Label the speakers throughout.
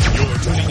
Speaker 1: tuning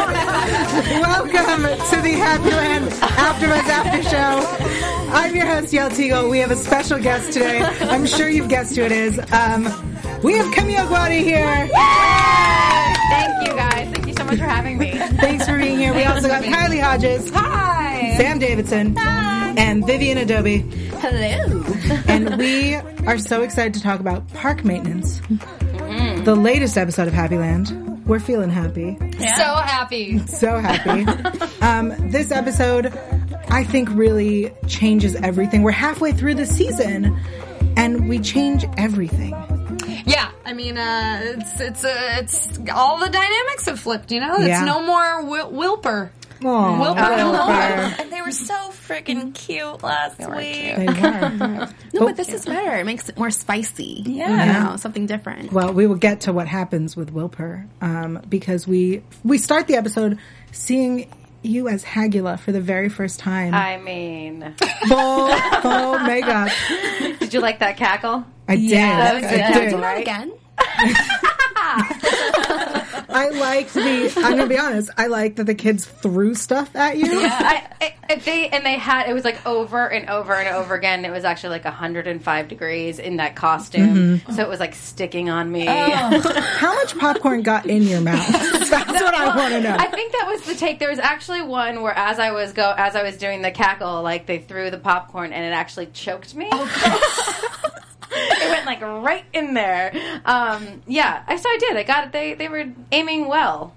Speaker 2: Welcome to the Happy Land AfterBuzz After Show. I'm your host Yael Teagle. We have a special guest today. I'm sure you've guessed who it is. Um, we have Camille Guadi here.
Speaker 3: Thank you guys. Thank you so much for having me.
Speaker 2: Thanks for being here. We also got Kylie Hodges,
Speaker 3: Hi.
Speaker 2: Sam Davidson, and Vivian Adobe.
Speaker 3: Hello.
Speaker 2: And we are so excited to talk about park maintenance. The latest episode of Happy Land. We're feeling happy.
Speaker 3: So happy.
Speaker 2: so happy. um, this episode, I think, really changes everything. We're halfway through the season, and we change everything.
Speaker 3: Yeah, I mean, uh, it's it's uh, it's all the dynamics have flipped. You know, it's
Speaker 2: Yeah.
Speaker 3: no more Wil- Wilper.
Speaker 2: Aw.
Speaker 3: Wilper and Lola.
Speaker 4: And they were so freaking cute last week.
Speaker 2: They were.
Speaker 5: No, but this is better. It makes it more spicy.
Speaker 4: Yeah.
Speaker 5: You know, something different.
Speaker 2: well, we will get to what happens with Wilper um, because we we start the episode seeing you as Hagula for the very first time.
Speaker 6: I mean,
Speaker 2: full full makeup.
Speaker 6: did you like that cackle?
Speaker 2: I did.
Speaker 6: was
Speaker 2: I
Speaker 6: good.
Speaker 2: did.
Speaker 6: Right.
Speaker 5: Again?
Speaker 2: I liked the. I'm gonna be honest. I like that the kids threw stuff at you.
Speaker 6: I, I, I- they and they had it was like over and over and over again. It was actually like 105 degrees in that costume, so it was like sticking on me.
Speaker 2: How much popcorn got in your mouth? That's what I want to know.
Speaker 6: I think that was the take. There was actually one where as I was go as I was doing the cackle, like they threw the popcorn and it actually choked me.
Speaker 2: Oh,
Speaker 6: it went like right in there. Um, yeah, I so I did. I got it. They they were aiming well.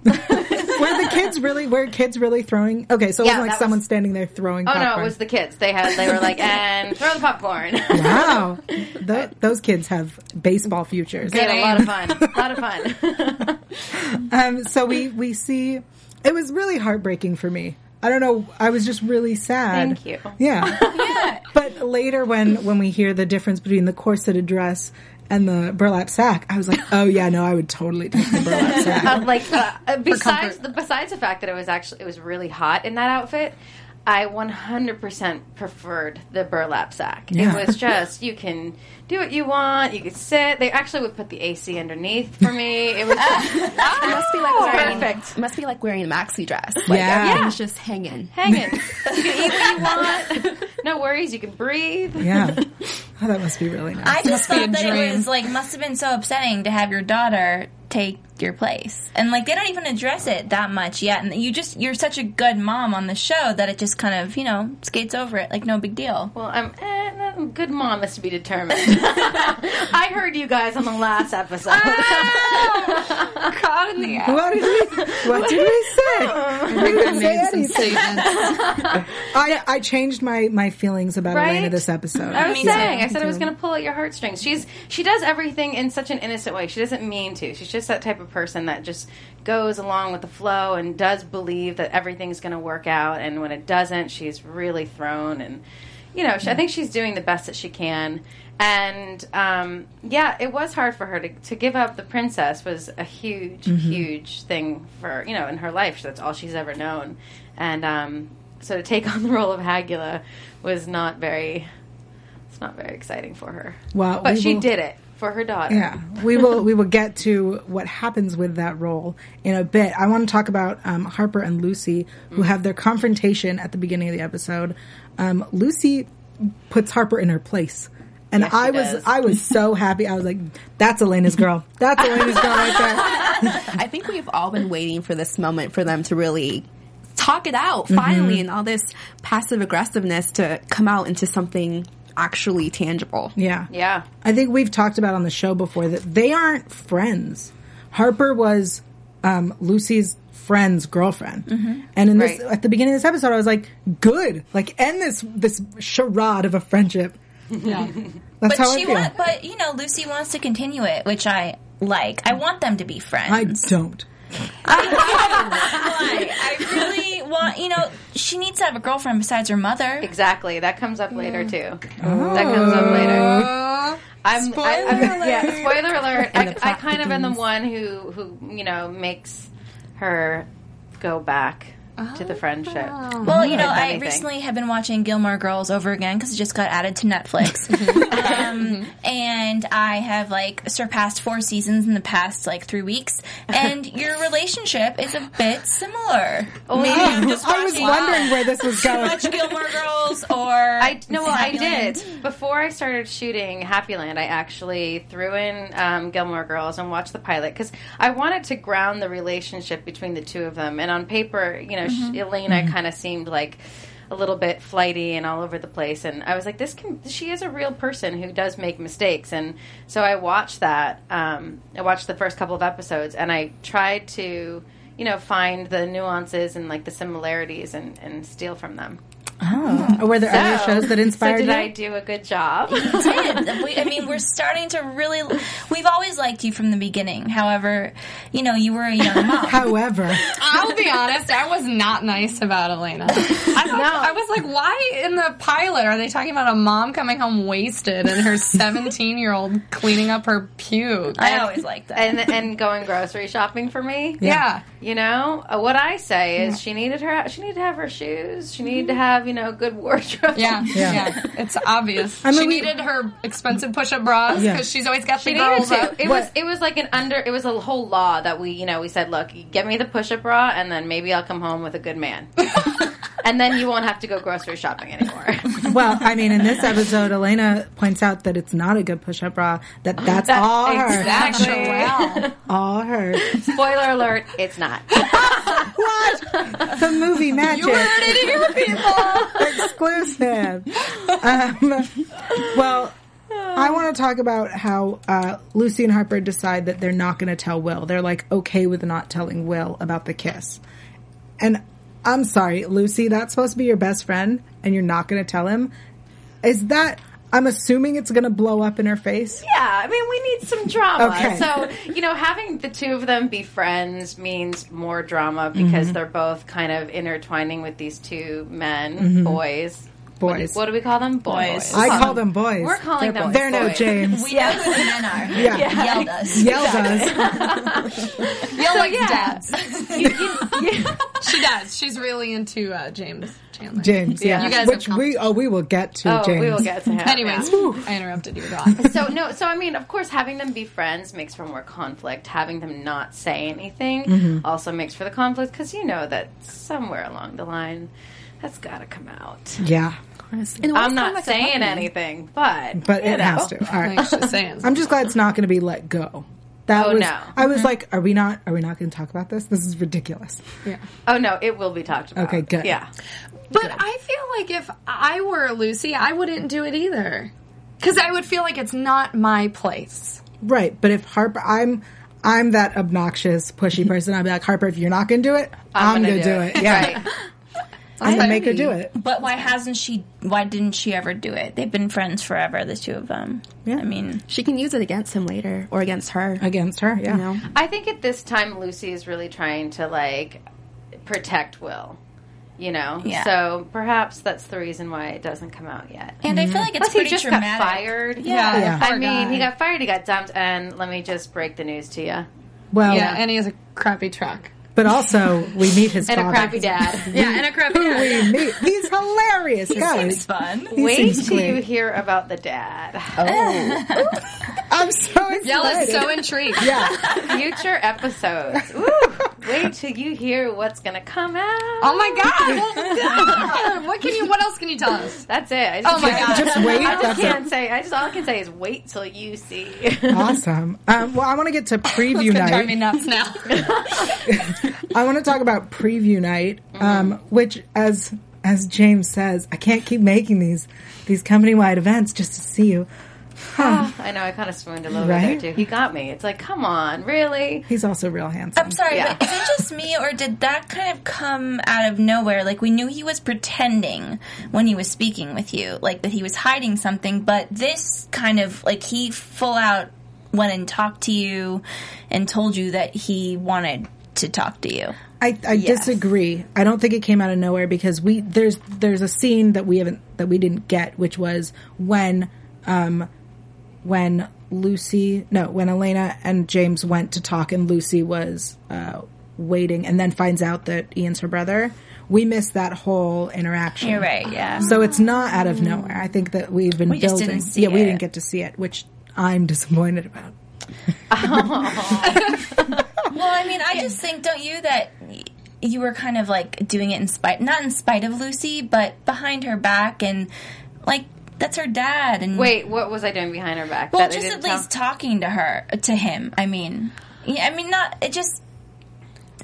Speaker 2: Were the kids really? Were kids really throwing? Okay, so it
Speaker 6: Yeah,
Speaker 2: wasn't like
Speaker 6: that
Speaker 2: someone
Speaker 6: was-
Speaker 2: standing there throwing.
Speaker 6: Oh
Speaker 2: popcorn.
Speaker 6: no, it was the kids. They had they were like and throw the popcorn.
Speaker 2: Wow, Tho- those kids have baseball futures.
Speaker 6: We had a lot of fun. A lot of fun.
Speaker 2: Um, so we we see. It was really heartbreaking for me. I don't know. I was just really sad.
Speaker 6: Thank you.
Speaker 2: Yeah. But later, when when we hear the difference between the corseted dress and the burlap sack, I was like, oh yeah, no, I would totally take the burlap sack.
Speaker 6: Uh, like uh, uh, besides the besides the fact that it was actually it was really hot in that outfit, I 100% preferred the burlap sack.
Speaker 2: Yeah.
Speaker 6: It was just you can do what you want. You could sit. They actually would put the AC underneath for me. It was
Speaker 5: It must be
Speaker 4: Oh,
Speaker 5: like wearing,
Speaker 6: perfect.
Speaker 5: It must be like wearing a maxi dress. Like
Speaker 2: Yeah.
Speaker 5: everything's just hanging.
Speaker 6: hanging. You can eat what you want. No worries. You can breathe.
Speaker 2: Yeah. Oh, that must be really nice.
Speaker 4: I just thought that it was like must have been so upsetting to have your daughter take your place, and like they don't even address it that much yet. And you just you're such a good mom on the show that it just kind of you know skates over it like no big deal.
Speaker 6: Well, I'm eh, no, good. Mom is to be determined. I heard you guys on the last episode.
Speaker 3: Caught in the act.
Speaker 2: What did we? What did we say? We didn't say anything. I I changed my my feelings about Elena
Speaker 6: Right? Oh,
Speaker 2: this episode.
Speaker 6: I was
Speaker 4: Me too.
Speaker 6: saying, I said I was going to pull at your heartstrings. She's she does everything in such an innocent way. She doesn't mean to. She's just that type of person that just goes along with the flow and does believe that everything's going to work out. And when it doesn't, she's really thrown. And you know, she, I think she's doing the best that she can. And um, yeah, it was hard for her to, to give up the princess. Was a huge, huge thing for you know in her life. That's all she's ever known. And um, so to take on the role of Hagula was not very it's not very exciting for her.
Speaker 2: Well,
Speaker 6: but
Speaker 2: we
Speaker 6: she
Speaker 2: will-
Speaker 6: did it for her daughter.
Speaker 2: Yeah, we will we will get to what happens with that role in a bit. I want to talk about um, Harper and Lucy who
Speaker 6: Mm.
Speaker 2: have their confrontation at the beginning of the episode. Um, Lucy puts Harper in her place, and
Speaker 6: Yes, she
Speaker 2: I was
Speaker 6: does.
Speaker 2: I was so happy. I was like, "That's Elena's girl. That's Elena's girl right there."
Speaker 5: I think we've all been waiting for this moment for them to really talk it out
Speaker 2: Mm-hmm.
Speaker 5: finally and all this passive aggressiveness to come out into something actually tangible.
Speaker 2: Yeah.
Speaker 6: Yeah.
Speaker 2: I think we've talked about on the show before that they aren't friends. Harper was um, Lucy's friend's girlfriend. And in this,
Speaker 6: Right.
Speaker 2: at the beginning of this episode, I was like, "Good, like end this this charade of a friendship." That's how
Speaker 4: but
Speaker 2: I
Speaker 4: she
Speaker 2: feel.
Speaker 4: want, but you know, Lucy wants to continue it, which I like. I want them to be
Speaker 2: I
Speaker 4: friends.
Speaker 2: don't.
Speaker 4: Why? I really want. You know, she needs to have a girlfriend besides her mother.
Speaker 6: Exactly. That comes up later too.
Speaker 2: Oh.
Speaker 6: That comes up later. I'm, spoiler I, I'm, alert. Yeah, spoiler alert. I, I kind of am the one who who you know makes her go back to
Speaker 2: Oh.
Speaker 6: the friendship.
Speaker 4: Well, you know,
Speaker 6: If
Speaker 4: I
Speaker 6: anything.
Speaker 4: recently have been watching Gilmore Girls over again because it just got added to Netflix, um, and I have like surpassed four seasons in the past like three weeks. And your relationship is a bit similar.
Speaker 6: Oh,
Speaker 4: Maybe I'm just
Speaker 2: I was
Speaker 4: watching
Speaker 2: wondering where this was
Speaker 4: too
Speaker 2: going.
Speaker 4: much Gilmore Girls, or
Speaker 6: I no, well, I
Speaker 4: Happy Land.
Speaker 6: did before I started shooting Happy Land. I actually threw in um, Gilmore Girls and watched the pilot because I wanted to ground the relationship between the two of them. And on paper, you know,
Speaker 4: Mm-hmm.
Speaker 6: sh Elena kind of seemed like a little bit flighty and all over the place. And I was like, this can she is a real person who does make mistakes. And so I watched that. Um, I watched the first couple of episodes, and I tried to. You know, find the nuances and like the similarities and, and steal from them.
Speaker 2: Or were there other shows that inspired
Speaker 6: So did
Speaker 2: you?
Speaker 6: I do a good job?
Speaker 4: did. We, I mean, we're starting to really. We've always liked you from the beginning. However, you know, you were a young mom.
Speaker 2: However,
Speaker 7: I'll be honest, I was not nice about Elena. I, I was like, why in the pilot are they talking about a mom coming home wasted and her 17 year old cleaning up her puke?
Speaker 4: I always liked that.
Speaker 6: and and going grocery shopping for me.
Speaker 7: yeah.
Speaker 6: You know Uh, what I say is she needed her she needed to have her shoes. She needed to have you know a good wardrobe.
Speaker 7: Mm-hmm. Yeah, yeah, It's obvious.
Speaker 2: mean,
Speaker 7: she
Speaker 2: we-
Speaker 7: needed her expensive push-up bras because
Speaker 2: Yeah.
Speaker 7: she's always got
Speaker 6: She
Speaker 7: the
Speaker 6: needed
Speaker 7: girls
Speaker 6: to.
Speaker 7: up.
Speaker 6: It was it was like an under it was a whole law that we you know we said look get me the push up bra and then maybe I'll come home with a good man. And then you won't have to go grocery shopping anymore.
Speaker 2: well, I mean, in this episode, Elena points out that it's not a good push-up bra. That that's all her.
Speaker 7: Actually,
Speaker 2: All her.
Speaker 6: Spoiler alert: It's not.
Speaker 2: What? The movie magic. You heard it here, people. Exclusive. Um, well, I want to talk about how uh, Lucy and Harper decide that they're not going to tell Will. They're like okay with not telling Will about the kiss. And I'm sorry, Lucy, that's supposed to be your best friend, and you're not going to tell him. Is that? I'm assuming it's going to blow up in her face.
Speaker 6: Yeah, I mean, we need some drama.
Speaker 2: Okay.
Speaker 6: So, you know, having the two of them be friends means more drama because
Speaker 2: Mm-hmm.
Speaker 6: they're both kind of intertwining with these two men, boys.
Speaker 2: Mm-hmm. Boys.
Speaker 6: What do we call them? Boys.
Speaker 2: I call them boys.
Speaker 6: We're calling
Speaker 2: they're
Speaker 6: them
Speaker 2: They're no
Speaker 6: boys.
Speaker 2: James.
Speaker 4: we know who the men are.
Speaker 2: Yeah.
Speaker 4: Yelled us.
Speaker 2: Yells us.
Speaker 7: Yell like dads. she does. She's really into uh, James Chandler.
Speaker 2: James. Yeah.
Speaker 7: You guys
Speaker 2: Which
Speaker 7: have
Speaker 2: we oh we will get to
Speaker 6: Oh,
Speaker 2: James.
Speaker 6: we will get to him.
Speaker 7: Anyways, I interrupted your thought.
Speaker 6: so no so i mean of course having them be friends makes for more conflict having them not say anything
Speaker 2: Mm-hmm.
Speaker 6: also makes for the conflict because you know that somewhere along the line that's gotta come out
Speaker 2: Yeah.
Speaker 6: i'm not saying anything but
Speaker 2: But
Speaker 6: you
Speaker 2: it
Speaker 6: know.
Speaker 2: has to. All right.
Speaker 7: Like she's saying.
Speaker 2: I'm just glad it's not going to be let go. That
Speaker 6: Oh,
Speaker 2: was.
Speaker 6: no.
Speaker 2: I was like, are we not? Are we not going to talk about this? This is ridiculous.
Speaker 6: oh no it will be talked about
Speaker 2: Okay, good.
Speaker 6: yeah
Speaker 7: But I feel like if I were Lucy, I wouldn't do it either. Because I would feel like it's not my place.
Speaker 2: Right. But if Harper, I'm, I'm that obnoxious, pushy person. I'd be like, Harper, if you're not going to do it, I'm, going to do, it. Yeah.
Speaker 6: Right.
Speaker 2: I'm going to make her do it.
Speaker 4: But why hasn't she? Why didn't she ever do it? They've been friends forever, the two of them. I mean,
Speaker 5: She can use it against him later or against her.
Speaker 2: Against her. Yeah.
Speaker 5: You know?
Speaker 6: I think at this time Lucy is really trying to like protect Will. You know?
Speaker 4: Yeah.
Speaker 6: So perhaps that's the reason why it doesn't come out yet.
Speaker 4: and I feel like it's
Speaker 6: Plus he
Speaker 4: pretty
Speaker 6: just
Speaker 4: dramatic.
Speaker 6: got fired.
Speaker 4: Yeah.
Speaker 2: Yeah.
Speaker 6: I mean, he got fired, he got dumped, and let me just break the news to you. And
Speaker 2: Well,
Speaker 7: Yeah, and he has a crappy truck.
Speaker 2: but also we meet his
Speaker 6: a
Speaker 2: father.
Speaker 6: crappy dad.
Speaker 7: Yeah, and a crappy
Speaker 2: Who
Speaker 7: truck.
Speaker 2: we meet. He's hilarious,
Speaker 4: It's
Speaker 2: guys.
Speaker 4: fun.
Speaker 2: He
Speaker 6: Wait
Speaker 2: seems
Speaker 6: till you
Speaker 2: great.
Speaker 6: hear about the dad.
Speaker 2: I'm so excited.
Speaker 7: Yella's so intrigued.
Speaker 2: yeah.
Speaker 6: Future episodes. Ooh, wait till you hear what's gonna come out.
Speaker 7: Oh my god! what can you? What else can you tell us?
Speaker 6: that's it. I
Speaker 7: Oh my god!
Speaker 2: Just wait.
Speaker 6: I just
Speaker 2: That's it.
Speaker 6: can't say. I just all I can say is wait till you see.
Speaker 2: Awesome. Um, well, I want to get to preview
Speaker 7: It's gonna drive me
Speaker 2: night.
Speaker 7: nuts now.
Speaker 2: I want to talk about preview night, um, which, as as James says, I can't keep making these these company wide events just to see you.
Speaker 6: I know I kind of swooned a little
Speaker 2: Right?
Speaker 6: bit there too. He got me. It's like, come on, really?
Speaker 2: He's also real handsome.
Speaker 4: I'm sorry,
Speaker 6: Yeah.
Speaker 4: but is it just me or did that kind of come out of nowhere? Like we knew he was pretending when he was speaking with you, like that he was hiding something, but this kind of like he full out went and talked to you and told you that he wanted to talk to you.
Speaker 2: I, I disagree. I don't think it came out of nowhere because we there's there's a scene that we haven't that we didn't get, which was when um when Lucy no when Elena and James went to talk and Lucy was uh, waiting and then finds out that Ian's her brother. We missed that whole interaction.
Speaker 4: You're right, yeah.
Speaker 2: So it's not out of nowhere. I think that we've been
Speaker 4: We just
Speaker 2: building.
Speaker 4: didn't see
Speaker 2: yeah, we
Speaker 4: it.
Speaker 2: didn't get to see it, which I'm disappointed about.
Speaker 4: Well, I mean, I just think, don't you, that y- you were kind of like doing it in spite, not in spite of Lucy, but behind her back and like that's her dad and
Speaker 6: Wait, what was I doing behind her back?
Speaker 4: Well,
Speaker 6: that I
Speaker 4: just at
Speaker 6: didn't
Speaker 4: least
Speaker 6: tell?
Speaker 4: talking to her, to him. I mean, yeah, I mean, not it just.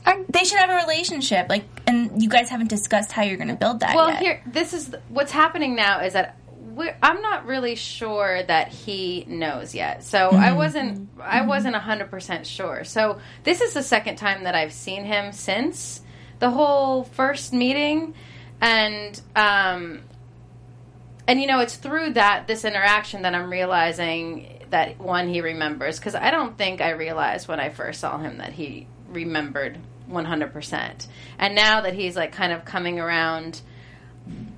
Speaker 4: I, they should have a relationship, like, and you guys haven't discussed how you're going to build that.
Speaker 6: Well,
Speaker 4: yet.
Speaker 6: here, this is what's happening now is that we're, I'm not really sure that he knows yet. So I wasn't, I wasn't hundred percent sure. So this is the second time that I've seen him since the whole first meeting, and um, and you know, it's through that this interaction that I'm realizing that one he remembers because I don't think I realized when I first saw him that he remembered 100 percent. And now that he's like kind of coming around.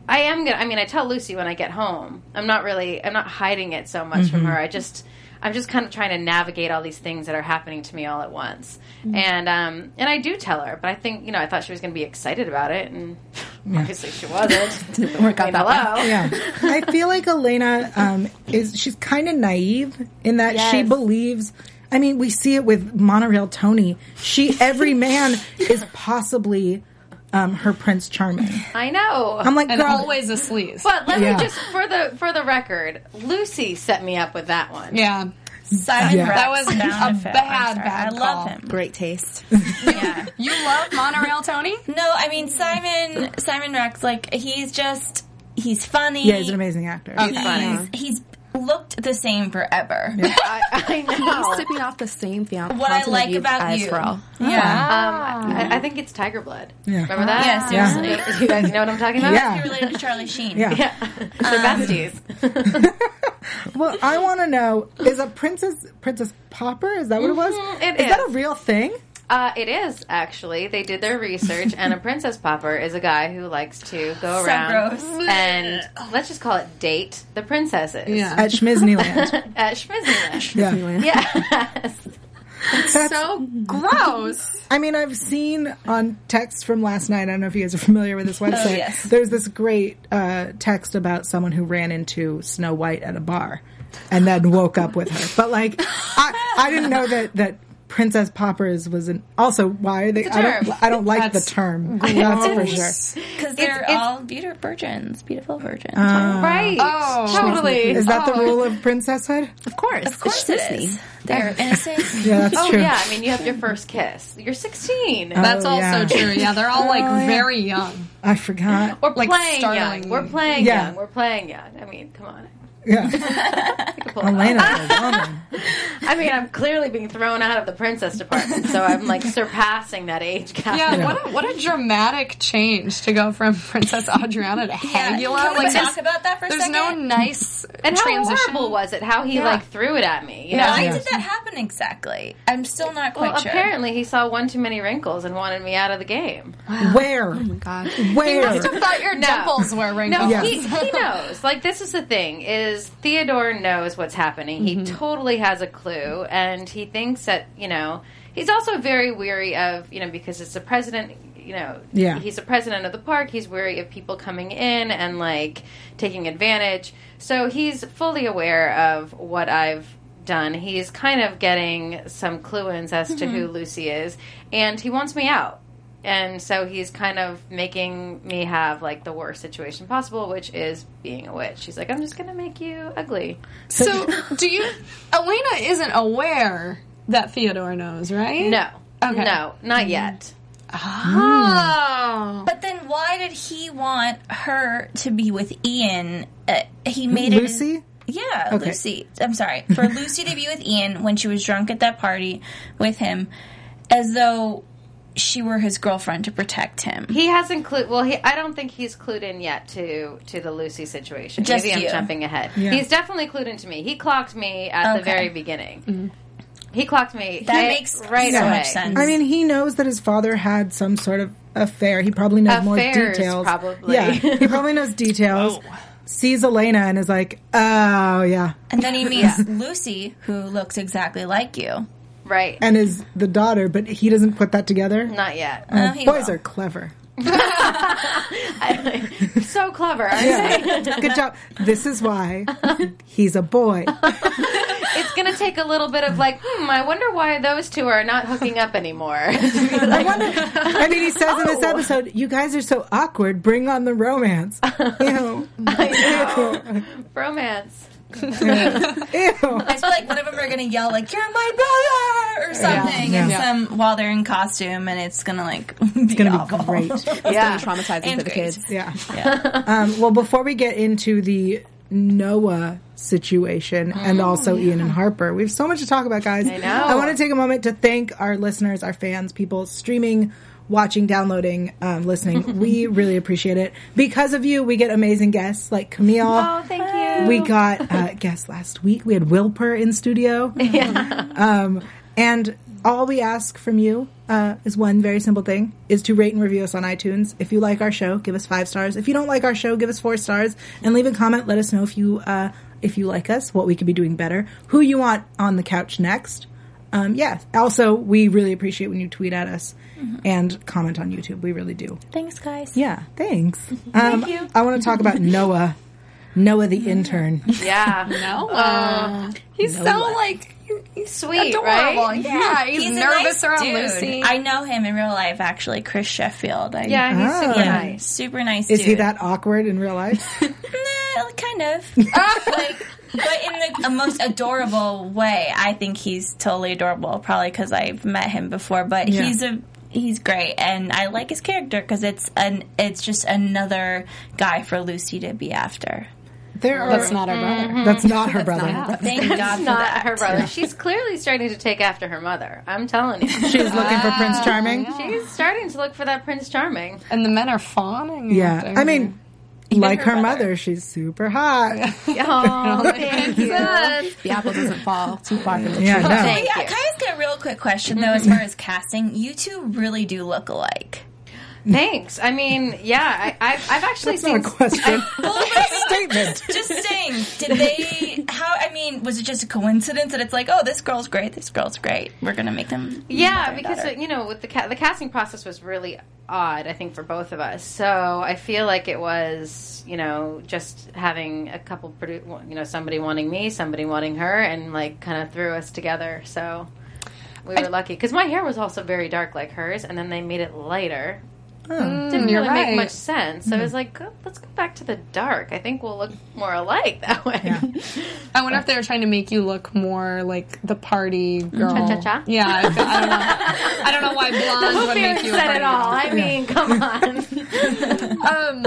Speaker 6: I am gonna. I mean, I tell Lucy when I get home. I'm not really. I'm not hiding it so much from her. I just. I'm just kind of trying to navigate all these things that are happening to me all at once, and um, and I do tell her. But I think you know, I thought she was going to be excited about it, and obviously she wasn't. Didn't work out Hello.
Speaker 2: yeah. I feel like Elena um, is she's kind of naive in that she
Speaker 6: Yes.
Speaker 2: believes. I mean, we see it with Monorail Tony. She every man is possibly um, her Prince Charming.
Speaker 6: I know.
Speaker 2: I'm like,
Speaker 7: And
Speaker 2: girl,
Speaker 7: always a sleaze.
Speaker 6: but let
Speaker 2: Yeah.
Speaker 6: me just for the for the record, Lucy set me up with that one.
Speaker 7: yeah.
Speaker 4: Simon
Speaker 2: Yeah.
Speaker 4: Rex
Speaker 7: That was
Speaker 4: down
Speaker 7: a
Speaker 4: to Phil. I'm
Speaker 7: bad,
Speaker 4: sorry.
Speaker 7: bad
Speaker 4: I love
Speaker 7: call.
Speaker 4: him.
Speaker 5: Great taste.
Speaker 4: Yeah.
Speaker 7: You love monorail, Tony?
Speaker 4: no, I mean Simon. Simon Rex, like he's just he's funny.
Speaker 2: yeah, he's an amazing actor.
Speaker 4: He's he's looked the same forever.
Speaker 6: I, I
Speaker 5: He's
Speaker 6: know.
Speaker 5: sipping off the same fiance.
Speaker 4: What I like about you, yeah.
Speaker 6: Um, I, I think it's Tiger Blood. Remember that?
Speaker 4: Yeah, seriously.
Speaker 6: You guys know what I'm talking about?
Speaker 2: Yeah.
Speaker 4: You're related to Charlie Sheen.
Speaker 2: Yeah.
Speaker 6: The besties.
Speaker 2: Well, I want to know: is a princess Princess Popper? Is that what it was?
Speaker 6: it
Speaker 2: is that a
Speaker 6: is.
Speaker 2: real thing?
Speaker 6: Uh, it is actually. They did their research, and a princess popper is a guy who likes to go around
Speaker 4: gross.
Speaker 6: and let's just call it date the princesses Uh,
Speaker 7: Yeah.
Speaker 2: At Schmizneyland.
Speaker 6: at Schmizzland.
Speaker 2: yeah.
Speaker 6: yes,
Speaker 7: So gross.
Speaker 2: I mean, I've seen on text from last night. I don't know if you guys are familiar with this
Speaker 6: Oh,
Speaker 2: website.
Speaker 4: yes.
Speaker 2: There's this great uh, text about someone who ran into Snow White at a bar and then woke up with her. But like, I, I didn't know that that Princess Poppers was an. Also, why are they? I
Speaker 6: term.
Speaker 2: don't. I don't like the
Speaker 7: That's
Speaker 2: term. That's for sure.
Speaker 4: Because they're
Speaker 6: it's-
Speaker 4: all beautiful virgins, beautiful virgins.
Speaker 6: right.
Speaker 7: Oh.
Speaker 6: totally.
Speaker 2: Is that the rule of princesshood?
Speaker 5: Of course.
Speaker 4: Of course it is. They're innocent.
Speaker 2: Yeah, that's
Speaker 6: Oh
Speaker 2: true.
Speaker 6: yeah, I mean you have your first kiss. You're 16.
Speaker 7: That's
Speaker 2: Oh,
Speaker 7: also
Speaker 2: yeah.
Speaker 7: true. Yeah, they're all like very young.
Speaker 2: I forgot.
Speaker 6: We're
Speaker 7: like
Speaker 6: playing
Speaker 7: startling.
Speaker 6: young. We're playing
Speaker 2: Yeah.
Speaker 6: young. We're playing young. I mean, come on.
Speaker 2: Yeah, Elena, the woman.
Speaker 6: I mean, I'm clearly being thrown out of the princess department, so I'm like surpassing that age gap.
Speaker 7: Yeah, what a, what a dramatic change to go from Princess Adriana to
Speaker 4: Yeah,
Speaker 7: Hagula.
Speaker 4: Can we
Speaker 7: Like,
Speaker 4: talk
Speaker 7: there's,
Speaker 4: about that for a
Speaker 7: there's
Speaker 4: second?
Speaker 7: no nice
Speaker 6: And how
Speaker 7: transition.
Speaker 6: horrible was it? How he like threw it at me. You know?
Speaker 4: Why
Speaker 2: Yeah.
Speaker 4: did that happen exactly? I'm still not quite
Speaker 6: Well,
Speaker 4: sure.
Speaker 6: apparently he saw one too many wrinkles and wanted me out of the game.
Speaker 2: Where?
Speaker 5: God.
Speaker 2: Where?
Speaker 7: I thought your dimples were wrinkled.
Speaker 6: No,
Speaker 2: Yes.
Speaker 6: he, he knows. Like this is the thing: is Theodore knows what's happening. He totally has a clue, and he thinks that you know. He's also very weary of you know because it's the president. You know,
Speaker 2: Yeah.
Speaker 6: he's the president of the park. He's wary of people coming in and like taking advantage. So he's fully aware of what I've done. He's kind of getting some clue ins as to who Lucy is, and he wants me out and so he's kind of making me have like the worst situation possible, which is being a witch. He's like, I'm just gonna make you ugly.
Speaker 7: So, do you. Elena isn't aware that Theodore knows, right?
Speaker 6: No,
Speaker 7: Okay.
Speaker 6: no, not yet.
Speaker 7: Oh.
Speaker 4: But then why did he want her to be with Ian? Uh, he made it.
Speaker 2: Lucy?
Speaker 4: Yeah,
Speaker 2: Okay.
Speaker 4: Lucy. I'm sorry. For Lucy to be with Ian when she was drunk at that party with him, as though she were his girlfriend to protect him.
Speaker 6: He hasn't clued. Well, he, I don't think he's clued in yet to to the Lucy situation.
Speaker 4: Just
Speaker 6: Maybe
Speaker 4: you.
Speaker 6: I'm jumping ahead. He's definitely clued into me. He clocked me at the
Speaker 4: Okay. Mm-hmm.
Speaker 6: very beginning. He clocked me.
Speaker 4: That
Speaker 6: right-
Speaker 4: makes
Speaker 6: right
Speaker 4: so
Speaker 6: away.
Speaker 4: much sense.
Speaker 2: I mean, he knows that his father had some sort of affair. He probably knows more
Speaker 6: Affairs,
Speaker 2: details.
Speaker 6: probably. Oh.
Speaker 2: Yeah, he probably knows details. Sees Elena and is like, oh, yeah.
Speaker 4: and then he meets Lucy, who looks exactly like
Speaker 2: Oh,
Speaker 4: you.
Speaker 6: Right.
Speaker 2: And is the daughter, but he doesn't put that together.
Speaker 6: Not yet.
Speaker 4: Oh, he
Speaker 2: Boys
Speaker 4: will.
Speaker 2: are clever.
Speaker 6: so clever. aren't you?
Speaker 2: Good job. This is why he's a boy.
Speaker 6: It's going to take a little bit of like, hmm, I wonder why those two are not hooking up anymore.
Speaker 2: I wonder. I mean, he says in this episode, "You guys are so awkward. Bring on the romance." Ew.
Speaker 6: Romance.
Speaker 2: Ew.
Speaker 4: I feel like one of them are gonna yell like "You're my brother" or something, and some while they're in costume, and it's gonna like be it's
Speaker 2: gonna be
Speaker 4: awful.
Speaker 2: great.
Speaker 5: yeah. traumatizing
Speaker 4: And
Speaker 5: for the
Speaker 4: great.
Speaker 5: kids.
Speaker 2: Yeah. Um, well, before we get into the Noah situation and also Ian and Harper, we have so much to talk about, guys. Oh, I know. I want to take a moment to thank our listeners, our fans, people streaming. Watching, downloading, um, listening. we really appreciate it. Because of you, we get amazing guests like Camille.
Speaker 6: Oh, thank you.
Speaker 2: We got uh, guests last week. We had Wilper in studio. Um, and all we ask from you uh, is one very simple thing: is to rate and review us on iTunes. If you like our show, give us five stars. If you don't like our show, give us four stars and leave a comment. Let us know if you uh, if you like us, what we could be doing better, who you want on the couch next. Um, yeah. Also, we really appreciate when you tweet at us and comment on YouTube. We really do.
Speaker 4: Thanks, guys.
Speaker 2: Yeah. Thanks. Um, Thank you. I want to talk about Noah. Noah the intern.
Speaker 6: Yeah. Um,
Speaker 7: No,
Speaker 4: Uh,
Speaker 7: he's so like he's
Speaker 6: Sweet,
Speaker 7: adorable.
Speaker 6: right?
Speaker 7: Yeah, he's,
Speaker 4: He's a
Speaker 7: nervous
Speaker 4: nice
Speaker 7: around
Speaker 4: dude.
Speaker 7: Lucy.
Speaker 4: I know him in real life, actually, Chris Sheffield. I,
Speaker 6: Yeah, he's super
Speaker 2: Oh.
Speaker 6: nice.
Speaker 4: super nice.
Speaker 2: Is
Speaker 4: dude.
Speaker 2: he that awkward in real life?
Speaker 4: Nah, kind of. like, but in the most adorable way. I think he's totally adorable, probably because I've met him before. But
Speaker 2: Yeah.
Speaker 4: he's a he's great, and I like his character because it's an it's just another guy for Lucy to be after.
Speaker 2: There are.
Speaker 7: Mm-hmm. That's not her
Speaker 6: Mm-hmm.
Speaker 7: brother.
Speaker 2: That's not her brother.
Speaker 4: Thank God for
Speaker 6: Not
Speaker 4: that.
Speaker 6: her brother. She's clearly starting to take after her mother. I'm telling you.
Speaker 2: She's looking for Prince Charming.
Speaker 6: She's starting to look for that Prince Charming.
Speaker 7: And the men are fawning. after
Speaker 2: Yeah,
Speaker 7: her.
Speaker 2: I mean, like
Speaker 7: her
Speaker 2: her mother, she's super hot.
Speaker 6: Oh, thank you.
Speaker 5: The apple doesn't fall too far from the tree.
Speaker 2: Yeah, no.
Speaker 6: Thank
Speaker 4: Yeah, Mm-hmm.
Speaker 6: you.
Speaker 4: can I ask a real quick question though? As far as casting, you two really do look alike.
Speaker 6: Thanks. I mean, yeah, I, I've, I've actually
Speaker 2: That's not
Speaker 6: seen.
Speaker 2: a question. Statement.
Speaker 4: Just saying, did they? How? I mean, was it just a coincidence that it's like, oh, this girl's great, this girl's great. We're gonna make them.
Speaker 6: Yeah,
Speaker 4: mother and
Speaker 6: because
Speaker 4: daughter.
Speaker 6: uh, you know, with the ca- the casting process was really odd. I think for both of us, so I feel like it was you know just having a couple produ- you know somebody wanting me, somebody wanting her, and like kind of threw us together. So we were lucky because my hair was also very dark like hers, and then they made it lighter. Didn't
Speaker 7: Oh, mm, you're
Speaker 6: really
Speaker 7: right. Hmm.
Speaker 6: make much sense. So I was like, "Go- let's go back to the dark. I think we'll look more alike that way.
Speaker 7: I wonder if they were trying to make you look more like the party girl.
Speaker 6: Cha-cha-cha?
Speaker 7: Yeah, I, I don't know. I don't know why blonde would
Speaker 6: Fear
Speaker 7: make you a
Speaker 6: said
Speaker 7: party
Speaker 6: it all.
Speaker 7: girl.
Speaker 6: I mean, come on.
Speaker 7: Um,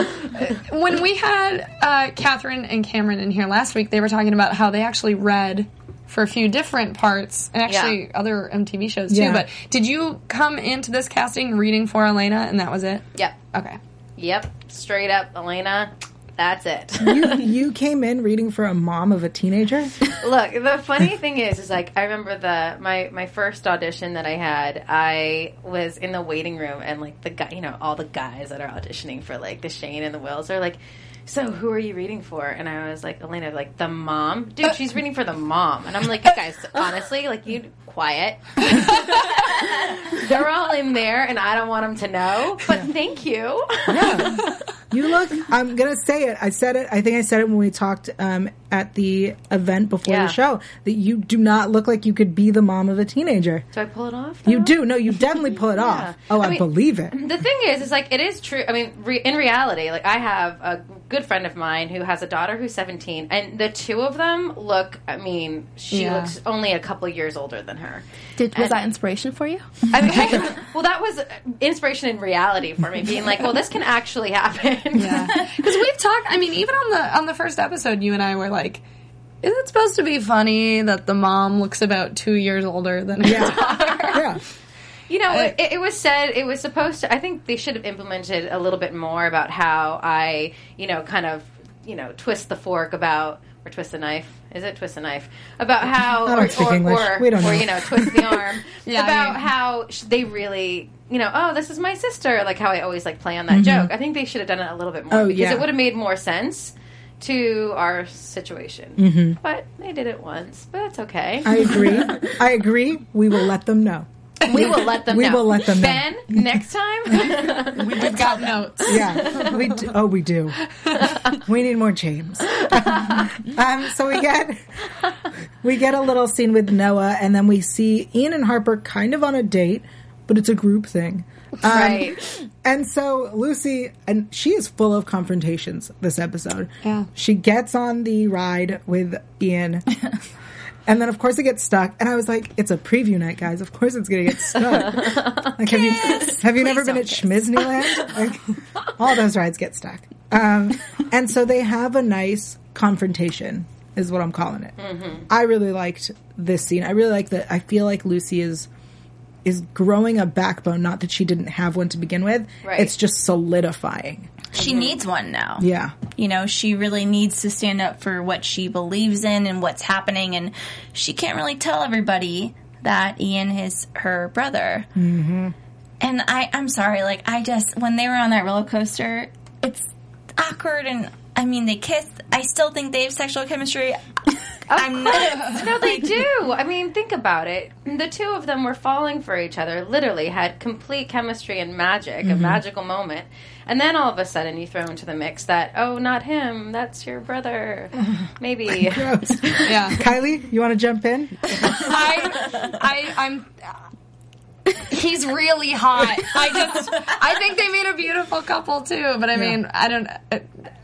Speaker 7: when we had uh, Catherine and Cameron in here last week, they were talking about how they actually read for a few different parts and actually other MTV shows too.
Speaker 2: Yeah.
Speaker 7: But did you come into this casting reading for Elena and that was it?
Speaker 6: yep.
Speaker 7: Okay.
Speaker 6: Yep, straight up, Elena. That's it.
Speaker 2: You, you came in reading for a mom of a teenager.
Speaker 6: Look, the funny thing is, is like I remember the my my first audition that I had. I was in the waiting room, and like the guy, you know, all the guys that are auditioning for like the Shane and the Wills are like, "So who are you reading for?" And I was like, "Elena, like the mom, dude. She's reading for the mom." And I'm like, "You guys, honestly, like you quiet. They're all in there, and I don't want them to know. But thank you.
Speaker 2: You look. I'm gonna say it. I said it. I think I said it when we talked um, at the event before
Speaker 6: Yeah.
Speaker 2: the show that you do not look like you could be the mom of a teenager.
Speaker 6: Do I pull it off?
Speaker 2: You
Speaker 6: though?
Speaker 2: do. No, you definitely pull it off. Oh, I,
Speaker 6: I mean-
Speaker 2: believe it.
Speaker 6: the thing is, is like it is true. I mean, re- in reality, like I have a good friend of mine who has a daughter who's 17, and the two of them look. I mean, she
Speaker 7: Yeah.
Speaker 6: looks only a couple years older than her.
Speaker 5: Did, was that inspiration for you?
Speaker 6: I mean, I- well, that was inspiration in reality for me, being like, well, this can actually happen.
Speaker 7: because we've talked. I mean, even on the on the first episode, you and I were like, Isn't it supposed to be funny that the mom looks about two years older than her daughter?
Speaker 2: Yeah.
Speaker 6: You know, it, it was said it was supposed to. I think they should have implemented a little bit more about how I, you know, kind of, you know, twist the fork about or twist the knife. Is it twist the knife about how
Speaker 2: I don't
Speaker 6: or,
Speaker 2: speak
Speaker 6: or,
Speaker 2: English.
Speaker 6: or,
Speaker 2: We don't
Speaker 6: or
Speaker 2: know.
Speaker 6: you know twist the arm
Speaker 7: Yeah,
Speaker 6: about
Speaker 7: yeah.
Speaker 6: how sh- they really you know oh this is my sister like how I always like play on that joke. I think they should have done it a little bit more
Speaker 2: Mm-hmm. Oh,
Speaker 6: because
Speaker 2: yeah.
Speaker 6: it would have made more sense to our situation. But they did it once, but that's okay.
Speaker 2: Mm-hmm. I agree. I agree. We will let them know.
Speaker 6: we will let them.
Speaker 2: we
Speaker 6: know.
Speaker 2: will let them know.
Speaker 6: Ben, next time.
Speaker 7: We've got notes.
Speaker 2: Yeah, we do. oh we do. We need more James. um, so we get we get a little scene with Noah, and then we see Ian and Harper kind of on a date, but it's a group thing. Um,
Speaker 6: Right.
Speaker 2: And so Lucy, and she is full of confrontations this episode.
Speaker 7: Yeah.
Speaker 2: She gets on the ride with Ian. And then, of course, it gets stuck. And I was like, "It's a preview night, guys. Of course, it's going to get stuck." like, have you have you never been at Schmizneyland? Like, all those rides get stuck. Um, and so they have a nice confrontation, is what I'm calling it. I really liked this scene. I really like that. I feel like Lucy is is growing a backbone. Not that she didn't have one to begin with.
Speaker 6: Right.
Speaker 2: It's just solidifying.
Speaker 4: She needs one now.
Speaker 2: Yeah.
Speaker 4: You know, she really needs to stand up for what she believes in and what's happening, and she can't really tell everybody that Ian is her brother. Mm-hmm. And I, I'm sorry, like I just when they were on that roller coaster, it's awkward, and I mean they kiss. I still think they have sexual chemistry. I'm not.
Speaker 6: No, they do. I mean, think about it. The two of them were falling for each other, literally had complete chemistry and magic, a magical moment. And then all of a sudden you throw into the mix that, oh, not him, that's your brother. Maybe.
Speaker 7: Yeah.
Speaker 2: Kylie, you want to jump in?
Speaker 7: I, I, I'm. He's really hot. I just, I think they made a beautiful couple too. But I mean, I don't.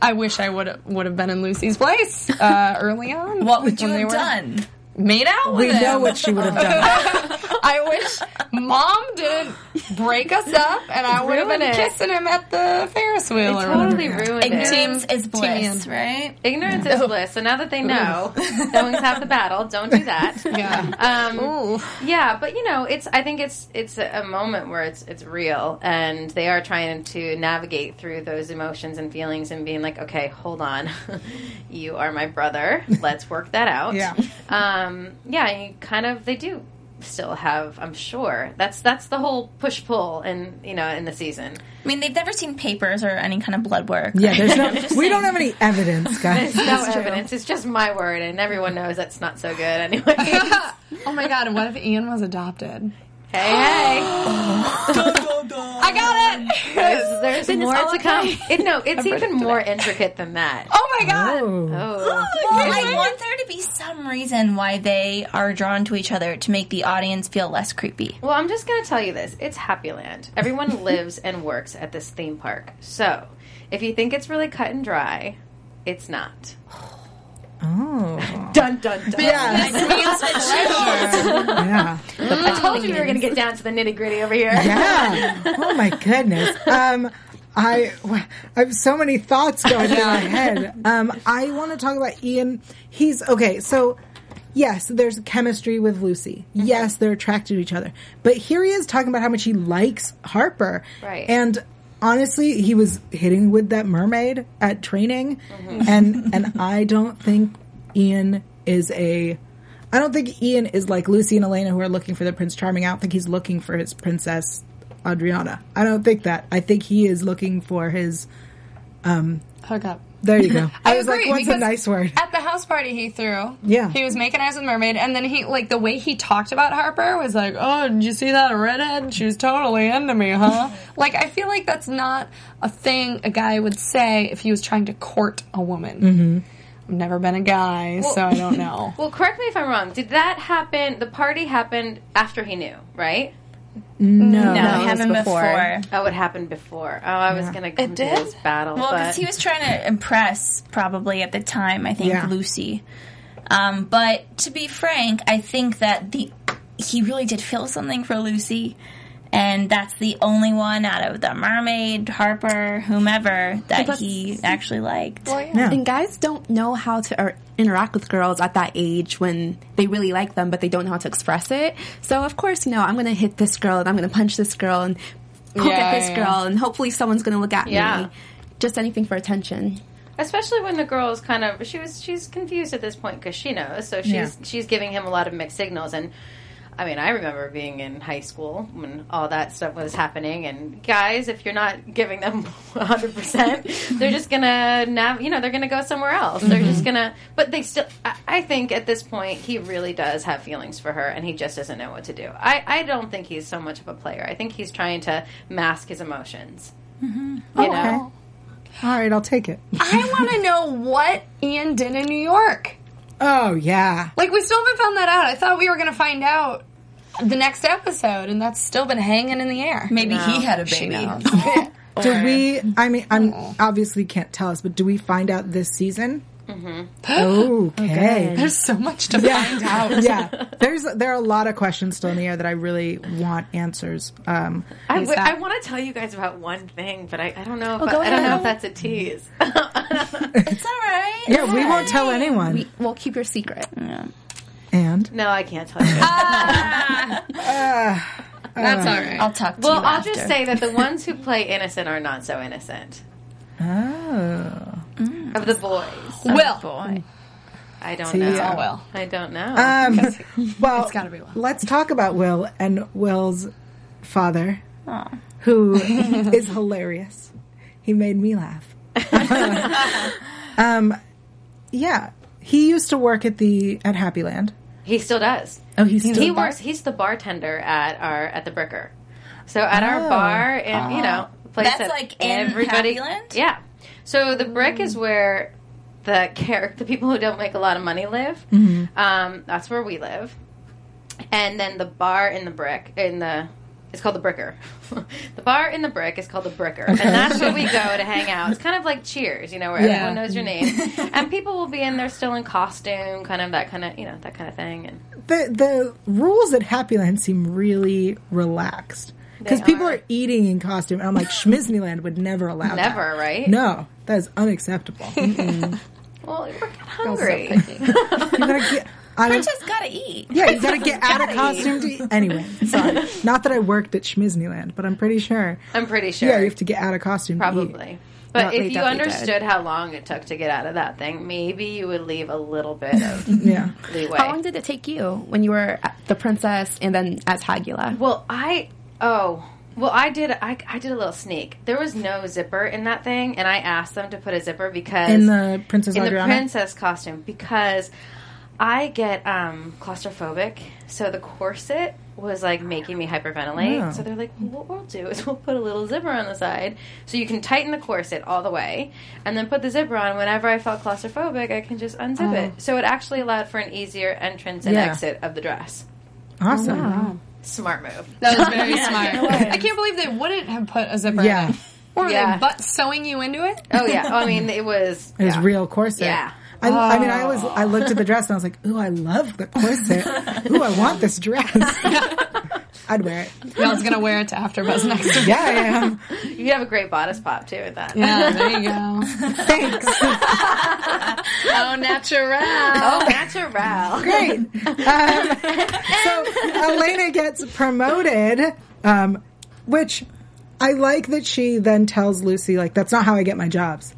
Speaker 7: I wish I would would have been in Lucy's place uh, early on.
Speaker 4: What would you
Speaker 7: when they
Speaker 4: have
Speaker 7: were
Speaker 4: done?
Speaker 7: Made out with
Speaker 2: We know
Speaker 7: him.
Speaker 2: what she would have done.
Speaker 7: I wish mom didn't break us up, and I would have been
Speaker 6: Ruin it.
Speaker 7: kissing him at the Ferris wheel. or whatever.
Speaker 6: totally ruined it.
Speaker 4: Ignorance is bliss,
Speaker 7: Team.
Speaker 4: right?
Speaker 6: Ignorance is bliss. So now that they know, knowing's half the battle. Don't do that.
Speaker 7: Yeah.
Speaker 6: Um,
Speaker 7: Ooh.
Speaker 6: Yeah, but you know, it's. I think it's it's a a moment where it's it's real, and they are trying to navigate through those emotions and feelings, and being like, okay, hold on, you are my brother. Let's work that out.
Speaker 2: Yeah.
Speaker 6: um, yeah, and you kind of they do still have. I'm sure that's that's the whole push pull, in you know, in the season.
Speaker 4: I mean, they've never seen papers or any kind of blood work.
Speaker 2: Yeah, there's no. We don't have any evidence, guys.
Speaker 6: No evidence. It's just my word, and everyone knows that's not so good anyway. hey,
Speaker 7: oh my god! What if Ian was adopted?
Speaker 6: hey,
Speaker 7: I got it.
Speaker 6: there's, there's more to come. It, no, it's even more intricate than that.
Speaker 7: oh my god!
Speaker 2: Oh.
Speaker 6: Oh.
Speaker 4: Well, I want there to be some reason why they are drawn to each other to make the audience feel less creepy.
Speaker 6: Well, I'm just going to tell you this. It's Happy Land. Everyone lives and works at this theme park. So, if you think it's really cut and dry, it's not.
Speaker 4: Oh.
Speaker 6: Dun dun dun.
Speaker 2: Yeah.
Speaker 6: I told you we were going to get down to the nitty gritty over here.
Speaker 2: Yeah. Oh my goodness. Um, I I have so many thoughts going through my head. Um, I want to talk about Ian. He's okay. So yes, there's chemistry with Lucy. Yes, they're attracted to each other. But here he is talking about how much he likes Harper.
Speaker 6: Right.
Speaker 2: And honestly, he was hitting with that mermaid at training,
Speaker 7: Mm-hmm.
Speaker 2: and and I don't think Ian is a. I don't think Ian is like Lucy and Elena who are looking for their Prince Charming. I don't think he's looking for his Princess Adriana. I don't think that. I think he is looking for his.
Speaker 7: Hook up.
Speaker 2: There you go. I,
Speaker 7: I
Speaker 2: was
Speaker 7: agree,
Speaker 2: like, what's a
Speaker 7: because
Speaker 2: nice word?
Speaker 7: At the house party he threw.
Speaker 2: Yeah.
Speaker 7: He was making eyes with Mermaid, and then he, like, the way he talked about Harper was like, oh, did you see that redhead? She was totally into me, huh? like, I feel like that's not a thing a guy would say if he was trying to court a woman. Mm-hmm. I've never been a guy, so I don't know.
Speaker 6: Well, correct me if I'm wrong. Did that happen? The party happened after he knew, right?
Speaker 4: No,
Speaker 5: it was
Speaker 4: it happened before.
Speaker 5: before.
Speaker 6: Oh, it happened before. Oh, I was going to come to this battle.
Speaker 4: Well,
Speaker 6: but
Speaker 4: because he was trying to impress, probably at the time, I think,
Speaker 2: Yeah.
Speaker 4: Lucy. Um, but to be frank, I think that the he really did feel something for Lucy, and that's the only one out of the mermaid, Harper, whomever, that he actually liked.
Speaker 2: Yeah.
Speaker 5: And guys don't know how to or interact with girls at that age when they really like them, but they don't know how to express it. So of course, you know, I'm going to hit this girl and I'm going to punch this girl and poke
Speaker 7: Yeah,
Speaker 5: at this
Speaker 7: yeah.
Speaker 5: girl and hopefully someone's going to look at
Speaker 6: Yeah.
Speaker 5: me. Just anything for attention.
Speaker 6: especially when the girl is kind of she was she's confused at this point because she knows so she's
Speaker 2: Yeah.
Speaker 6: she's giving him a lot of mixed signals and i mean i remember being in high school when all that stuff was happening and guys if you're not giving them 100% they're just gonna nav- you know they're gonna go somewhere else they're just
Speaker 2: Mm-hmm.
Speaker 6: gonna but they still I, I think at this point he really does have feelings for her and he just doesn't know what to do i i don't think he's so much of a player i think he's trying to mask his emotions you
Speaker 2: Mm-hmm. Okay.
Speaker 6: know
Speaker 2: All right, I'll take it.
Speaker 7: I want to know what Ian did in New York.
Speaker 2: Oh yeah.
Speaker 7: Like, we still haven't found that out. I thought we were going to find out the next episode, and that's still been hanging in the air.
Speaker 4: Maybe he had a
Speaker 7: She
Speaker 4: baby.
Speaker 7: knows.
Speaker 2: Do we? I mean, I'm obviously can't tell us, but do we find out this season? Mm-hmm. Okay.
Speaker 7: There's so much to find out.
Speaker 2: yeah, there's there are a lot of questions still in the air that I really want answers. Um,
Speaker 6: I
Speaker 7: Is that-
Speaker 6: want to tell you guys about one thing, but I, I don't know. If
Speaker 4: go
Speaker 6: I, I don't know
Speaker 4: ahead.
Speaker 6: if that's a tease.
Speaker 4: It's all right.
Speaker 2: yeah, we won't tell anyone.
Speaker 5: We, we'll keep your secret.
Speaker 2: and
Speaker 6: no, I can't tell you. guys.
Speaker 7: That's all right.
Speaker 4: I'll talk to
Speaker 6: well,
Speaker 4: you
Speaker 6: I'll
Speaker 4: after.
Speaker 6: just say that the ones who play innocent are not so innocent.
Speaker 2: oh,
Speaker 6: Of the boys,
Speaker 7: Will.
Speaker 4: Boy.
Speaker 6: I don't
Speaker 2: yeah.
Speaker 6: know.
Speaker 7: Oh, Will.
Speaker 6: I don't know.
Speaker 2: um, well,
Speaker 7: gotta be Will.
Speaker 2: Let's talk about Will and Will's father, who is hilarious. He made me laugh. um, yeah, he used to work at the at Happy Land.
Speaker 6: he still does.
Speaker 2: Oh, he's
Speaker 6: he works. He's the bartender at our at the Bricker. So at
Speaker 2: Oh.
Speaker 6: our bar, and you know, place
Speaker 4: Ah. That's
Speaker 6: that
Speaker 4: like in
Speaker 6: everybody.
Speaker 4: Happyland?
Speaker 6: Yeah. So the Brick is where the character, the people who don't make a lot of money live. Um, that's where we live. And then the bar in the brick in the it's called the Bricker. the bar in the brick is called the Bricker, and that's where we go to hang out. It's kind of like Cheers, you know, where
Speaker 2: Yeah.
Speaker 6: everyone knows your name, and people will be in there still in costume, kind of that kind of you know that kind of thing. And
Speaker 2: the the rules at Happyland seem really relaxed because
Speaker 6: They
Speaker 2: people
Speaker 6: are.
Speaker 2: are. eating in costume, and I'm like, Schmizneyland would never allow that.
Speaker 6: never right.
Speaker 2: No, that is unacceptable. You're
Speaker 6: Well, we're kinda hungry.
Speaker 2: gonna get. I don't-
Speaker 4: Just gotta eat.
Speaker 2: yeah, you gotta get out of costume to eat. Anyway, sorry. Not that I worked at Schmizneyland, but I'm pretty sure.
Speaker 6: I'm pretty sure.
Speaker 2: Yeah, you have to get out of costume to eat.
Speaker 6: probably. But
Speaker 5: No, they
Speaker 6: if you
Speaker 5: definitely
Speaker 6: understood how long it took to get out of that thing, maybe you would leave a little bit of
Speaker 2: Yeah.
Speaker 6: leeway.
Speaker 5: How long did it take you when you were at the princess and then as Hagula?
Speaker 6: Well, I oh. Well, I did. I, I did a little sneak. There was no zipper in that thing, and I asked them to put a zipper because
Speaker 2: In the Princess
Speaker 6: in the
Speaker 2: Adriana?
Speaker 6: princess costume because I get um, claustrophobic. So the corset was like making me hyperventilate.
Speaker 2: Oh.
Speaker 6: So they're like, well, what we'll do is we'll put a little zipper on the side so you can tighten the corset all the way, and then put the zipper on. Whenever I felt claustrophobic, I can just unzip it. So it actually allowed for an easier entrance and
Speaker 2: Oh. Yeah.
Speaker 6: exit of the dress.
Speaker 2: Awesome.
Speaker 6: Oh, Smart move.
Speaker 7: That was very smart. I can't believe they wouldn't have put a zipper in
Speaker 2: Yeah.
Speaker 7: it. Or
Speaker 6: Yeah.
Speaker 7: they butt sewing you into it?
Speaker 6: Oh yeah. I mean, it was.
Speaker 2: It was
Speaker 6: yeah.
Speaker 2: real corset.
Speaker 6: Yeah. Oh.
Speaker 2: I, I mean, I always I looked at the dress and I was like, "Ooh, I love the corset. Ooh, I want this dress. I'd wear it.
Speaker 7: Mel's gonna wear it to AfterBuzz next week.
Speaker 2: Yeah, I am.
Speaker 6: You have a great bodice pop too with that.
Speaker 7: Yeah, there you go.
Speaker 2: Thanks.
Speaker 7: Oh, natural.
Speaker 6: Oh, natural.
Speaker 2: Great. Um, so Elena gets promoted, um, which I like that she then tells Lucy, like, "That's not how I get my jobs,"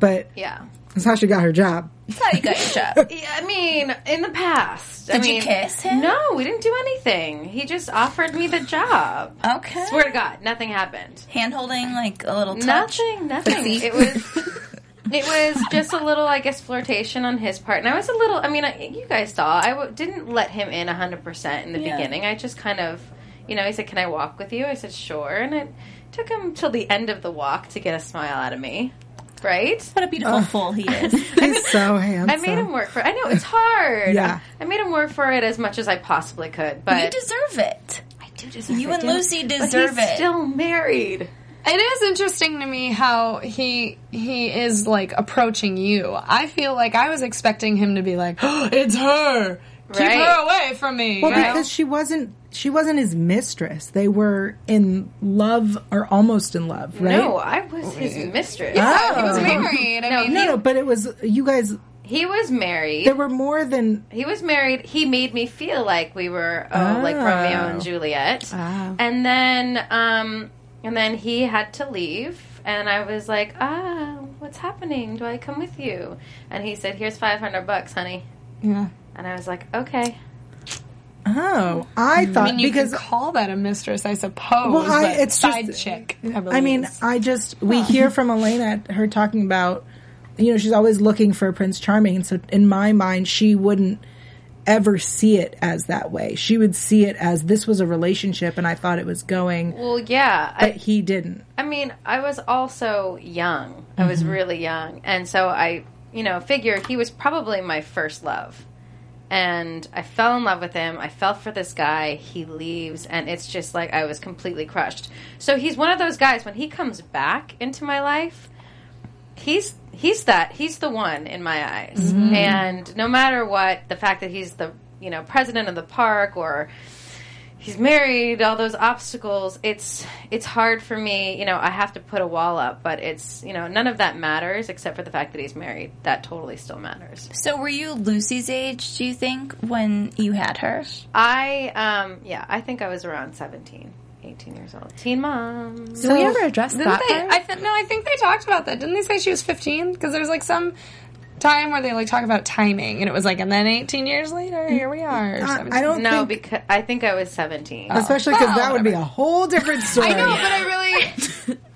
Speaker 2: but
Speaker 6: Yeah.
Speaker 2: that's how she got her job.
Speaker 4: That's how you got your job.
Speaker 6: Yeah, I mean, in the past. I
Speaker 4: Did you
Speaker 6: mean-
Speaker 4: kiss him?
Speaker 6: No, we didn't do anything. He just offered me the job.
Speaker 4: Okay.
Speaker 6: Swear to God, nothing happened.
Speaker 4: Hand holding, like a little touch.
Speaker 6: Nothing, nothing. It was. It was just a little, I guess, flirtation on his part, and I was a little. I mean, I, you guys saw. I w- didn't let him in hundred percent in the
Speaker 4: Yeah.
Speaker 6: beginning. I just kind of, you know, he said, "Can I walk with you?" I said, "Sure," and it took him till the end of the walk to get a smile out of me. Right?
Speaker 4: What a beautiful
Speaker 6: Oh.
Speaker 4: fool he is.
Speaker 2: He's so handsome.
Speaker 6: I made him work for. I know it's hard.
Speaker 2: Yeah.
Speaker 6: I made him work for it as much as I possibly could, but
Speaker 4: you deserve it.
Speaker 6: I do deserve
Speaker 4: You
Speaker 6: it,
Speaker 4: and
Speaker 6: dude.
Speaker 4: Lucy
Speaker 6: But
Speaker 4: deserve
Speaker 6: he's
Speaker 4: it.
Speaker 6: Still married.
Speaker 7: It is interesting to me how he he is like approaching you. I feel like I was expecting him to be like, oh, "It's her. Keep
Speaker 6: Right.
Speaker 7: her away from me."
Speaker 2: Well,
Speaker 7: you know?
Speaker 2: because she wasn't she wasn't his mistress. They were in love or almost in love, right?
Speaker 6: No, I Oh, was his mistress.
Speaker 7: Yeah, he was married. I mean,
Speaker 2: no, no, but it was you guys
Speaker 6: He was married.
Speaker 2: There were more than
Speaker 6: he was married. He made me feel like we were oh, like Romeo and Juliet. And then um and then he had to leave and I was like, "Ah, what's happening? Do I come with you?" And he said, "Here's 500 bucks, honey."
Speaker 7: Yeah.
Speaker 6: And I was like, "Okay."
Speaker 2: oh, I thought
Speaker 7: I mean, you
Speaker 2: because
Speaker 7: can call that a mistress, I suppose.
Speaker 2: Well, I-
Speaker 7: but
Speaker 2: it's
Speaker 7: side
Speaker 2: just-
Speaker 7: chick. I,
Speaker 2: I mean,
Speaker 7: believe.
Speaker 2: I just we hear from Elena her talking about you know she's always looking for Prince Charming, and so in my mind she wouldn't ever see it as that way. She would see it as this was a relationship, and I thought it was going,
Speaker 6: Well, yeah. I,
Speaker 2: but he didn't.
Speaker 6: I mean, I was also young. I was really young. And so I, you know, figure he was probably my first love. And I fell in love with him. I fell for this guy. He leaves. And it's just like I was completely crushed. So he's one of those guys, when he comes back into my life, he's. He's that. He's the one in my eyes.
Speaker 2: Mm-hmm.
Speaker 6: And no matter what, the fact that he's the, you know, president of the park or he's married all those obstacles it's it's hard for me you know i have to put a wall up but it's you know none of that matters except for the fact that he's married that totally still matters
Speaker 4: So were you Lucy's age, do you think, when you had her?
Speaker 6: i um yeah i think i was around 17 18 years old teen mom
Speaker 5: Did we ever address
Speaker 7: Didn't
Speaker 5: that?
Speaker 7: they? I th- no, I think they talked about that. Didn't they say she was 15? Because there's like some time where they like talk about timing, and it was like, and then 18 years later, here we are. or
Speaker 2: I,
Speaker 7: 17.
Speaker 2: I don't
Speaker 6: no
Speaker 2: think, Uh,
Speaker 6: because i think i was 17
Speaker 2: especially because that would be a whole different story.
Speaker 6: but i really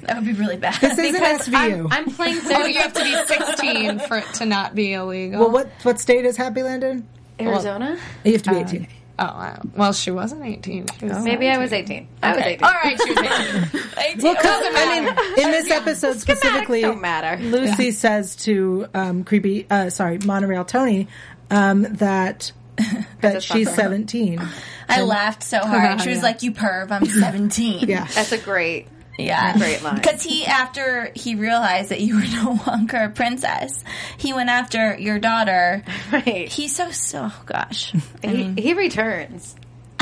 Speaker 4: That would be really bad.
Speaker 2: This isn't SVU.
Speaker 6: I'm, I'm playing
Speaker 7: Oh,
Speaker 6: 30
Speaker 7: you have to be 16 for it to not be illegal.
Speaker 2: well, what what state is Happy Land in?
Speaker 6: arizona
Speaker 2: You have to be eighteen.
Speaker 7: Oh, wow. well, she wasn't 18. She was
Speaker 6: maybe i was 18 i was 18
Speaker 7: All right, she was 18.
Speaker 2: Well, 'cause, I mean, in this episode specifically,
Speaker 6: don't matter.
Speaker 2: Lucy says to um, creepy, uh, sorry, monorail Tony, um, that that she's
Speaker 6: Buckler.
Speaker 2: seventeen.
Speaker 4: I laughed so hard. She was like, "You perv, I'm 17."
Speaker 2: Yeah,
Speaker 6: that's a great
Speaker 4: yeah,
Speaker 6: Great line.
Speaker 4: Because he, after he realized that you were no longer a princess, he went after your daughter.
Speaker 6: right
Speaker 4: He's so so. Oh gosh,
Speaker 2: Mm-hmm.
Speaker 6: he, he returns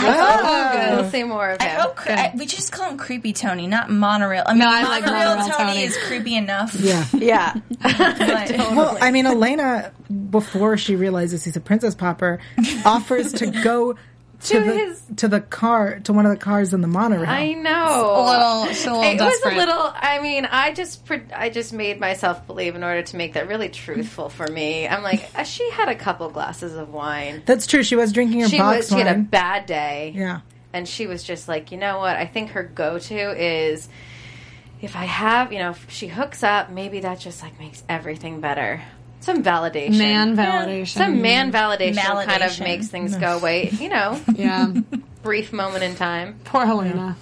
Speaker 6: we'll see more of him
Speaker 4: oh, cre- I, we just call him creepy Tony, not monorail. I mean,
Speaker 7: I like
Speaker 4: monorail,
Speaker 7: Monorail
Speaker 4: Tony,
Speaker 7: Tony.
Speaker 4: is creepy enough.
Speaker 2: yeah.
Speaker 6: yeah
Speaker 4: but-
Speaker 2: Well, I mean, Elena, before she realizes he's a princess popper, offers to go to,
Speaker 6: To
Speaker 2: the
Speaker 6: his-
Speaker 2: to the car to one of the cars in the monorail.
Speaker 6: I know.
Speaker 7: A little- she's a little
Speaker 6: It was
Speaker 7: desperate.
Speaker 6: a little. I mean, I just, pre- I just made myself believe in order to make that really truthful for me. I'm like, uh, she had a couple glasses of wine.
Speaker 2: That's true. She was drinking her
Speaker 6: She
Speaker 2: box
Speaker 6: was. She had a
Speaker 2: wine.
Speaker 6: bad day.
Speaker 2: yeah.
Speaker 6: And she was just like, you know what? I think her go-to is. If I have, you know, if she hooks up, maybe that just like makes everything better. Some validation.
Speaker 7: man validation.
Speaker 6: Some man validation, kind of
Speaker 4: Validation.
Speaker 6: makes things go away, you know,
Speaker 7: yeah.
Speaker 6: brief moment in time.
Speaker 7: Poor Helena.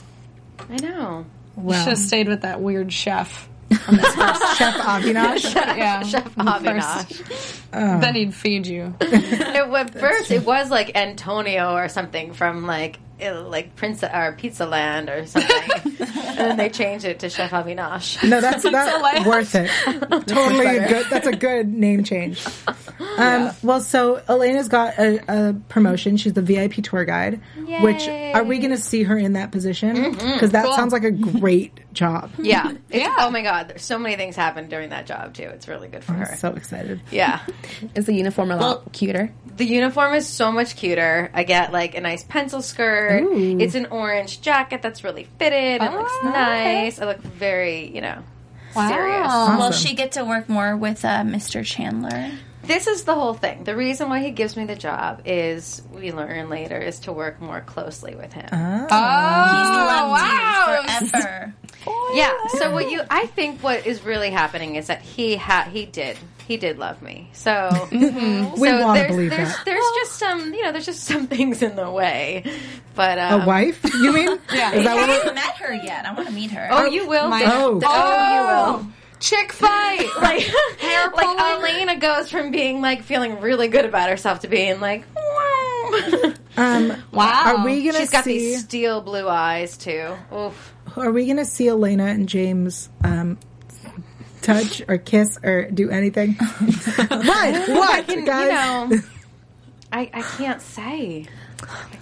Speaker 6: I know.
Speaker 7: Should have stayed with that weird chef.
Speaker 2: Chef Avinash.
Speaker 7: Yeah.
Speaker 6: Chef Avinash.
Speaker 7: Then he'd feed you.
Speaker 6: it, at first, it was like Antonio or something from like it- like Prince or Pizza Land or something, and then they changed it to Chef Avinash.
Speaker 2: No, that's that's worth it. Totally a good. That's a good name change. Um, Well, so Elena's got a, a promotion. She's the VIP tour guide. Which are we going to see her in that position? Because that sounds like a great job.
Speaker 6: Mm-hmm. Yeah, It's- Oh my God, there's so many things happened during that job too. It's really good for her.
Speaker 2: So excited.
Speaker 6: Yeah,
Speaker 5: Is the uniform a lot cuter?
Speaker 6: the uniform is so much cuter. I get like a nice pencil skirt. It's an orange jacket that's really fitted.
Speaker 2: Oh,
Speaker 6: It looks nice. I look very, you know, serious.
Speaker 4: Will she get to work more with uh, Mr. Chandler?
Speaker 6: this is the whole thing. The reason why he gives me the job is we learn later is to work more closely with him.
Speaker 2: Oh.
Speaker 7: Oh,
Speaker 4: He's loved you forever.
Speaker 6: Yeah. So what you I think what is really happening is that he ha- he did he did love me. So
Speaker 2: Mm-hmm. We
Speaker 6: so
Speaker 2: want to
Speaker 6: there's
Speaker 2: believe
Speaker 6: there's,
Speaker 2: that.
Speaker 6: there's just some you know there's just some things in the way. But
Speaker 2: A
Speaker 6: um,
Speaker 2: wife? You mean? yeah. Is that
Speaker 4: I
Speaker 2: what it-
Speaker 4: haven't met her yet. I want to meet her.
Speaker 6: Oh, you will.
Speaker 7: My-
Speaker 2: Oh.
Speaker 6: oh, you will.
Speaker 7: Chick fight!
Speaker 6: Like, like Elena goes from being like feeling really good about herself to being like, wow.
Speaker 2: Um,
Speaker 7: Wow.
Speaker 2: are we going to
Speaker 6: She's got
Speaker 2: see?
Speaker 6: these steel blue eyes too. Oof.
Speaker 2: Are we going to see Elena and James um, touch or kiss or do anything? what? What?
Speaker 6: I can,
Speaker 2: guys?
Speaker 6: you know, I, I can't say.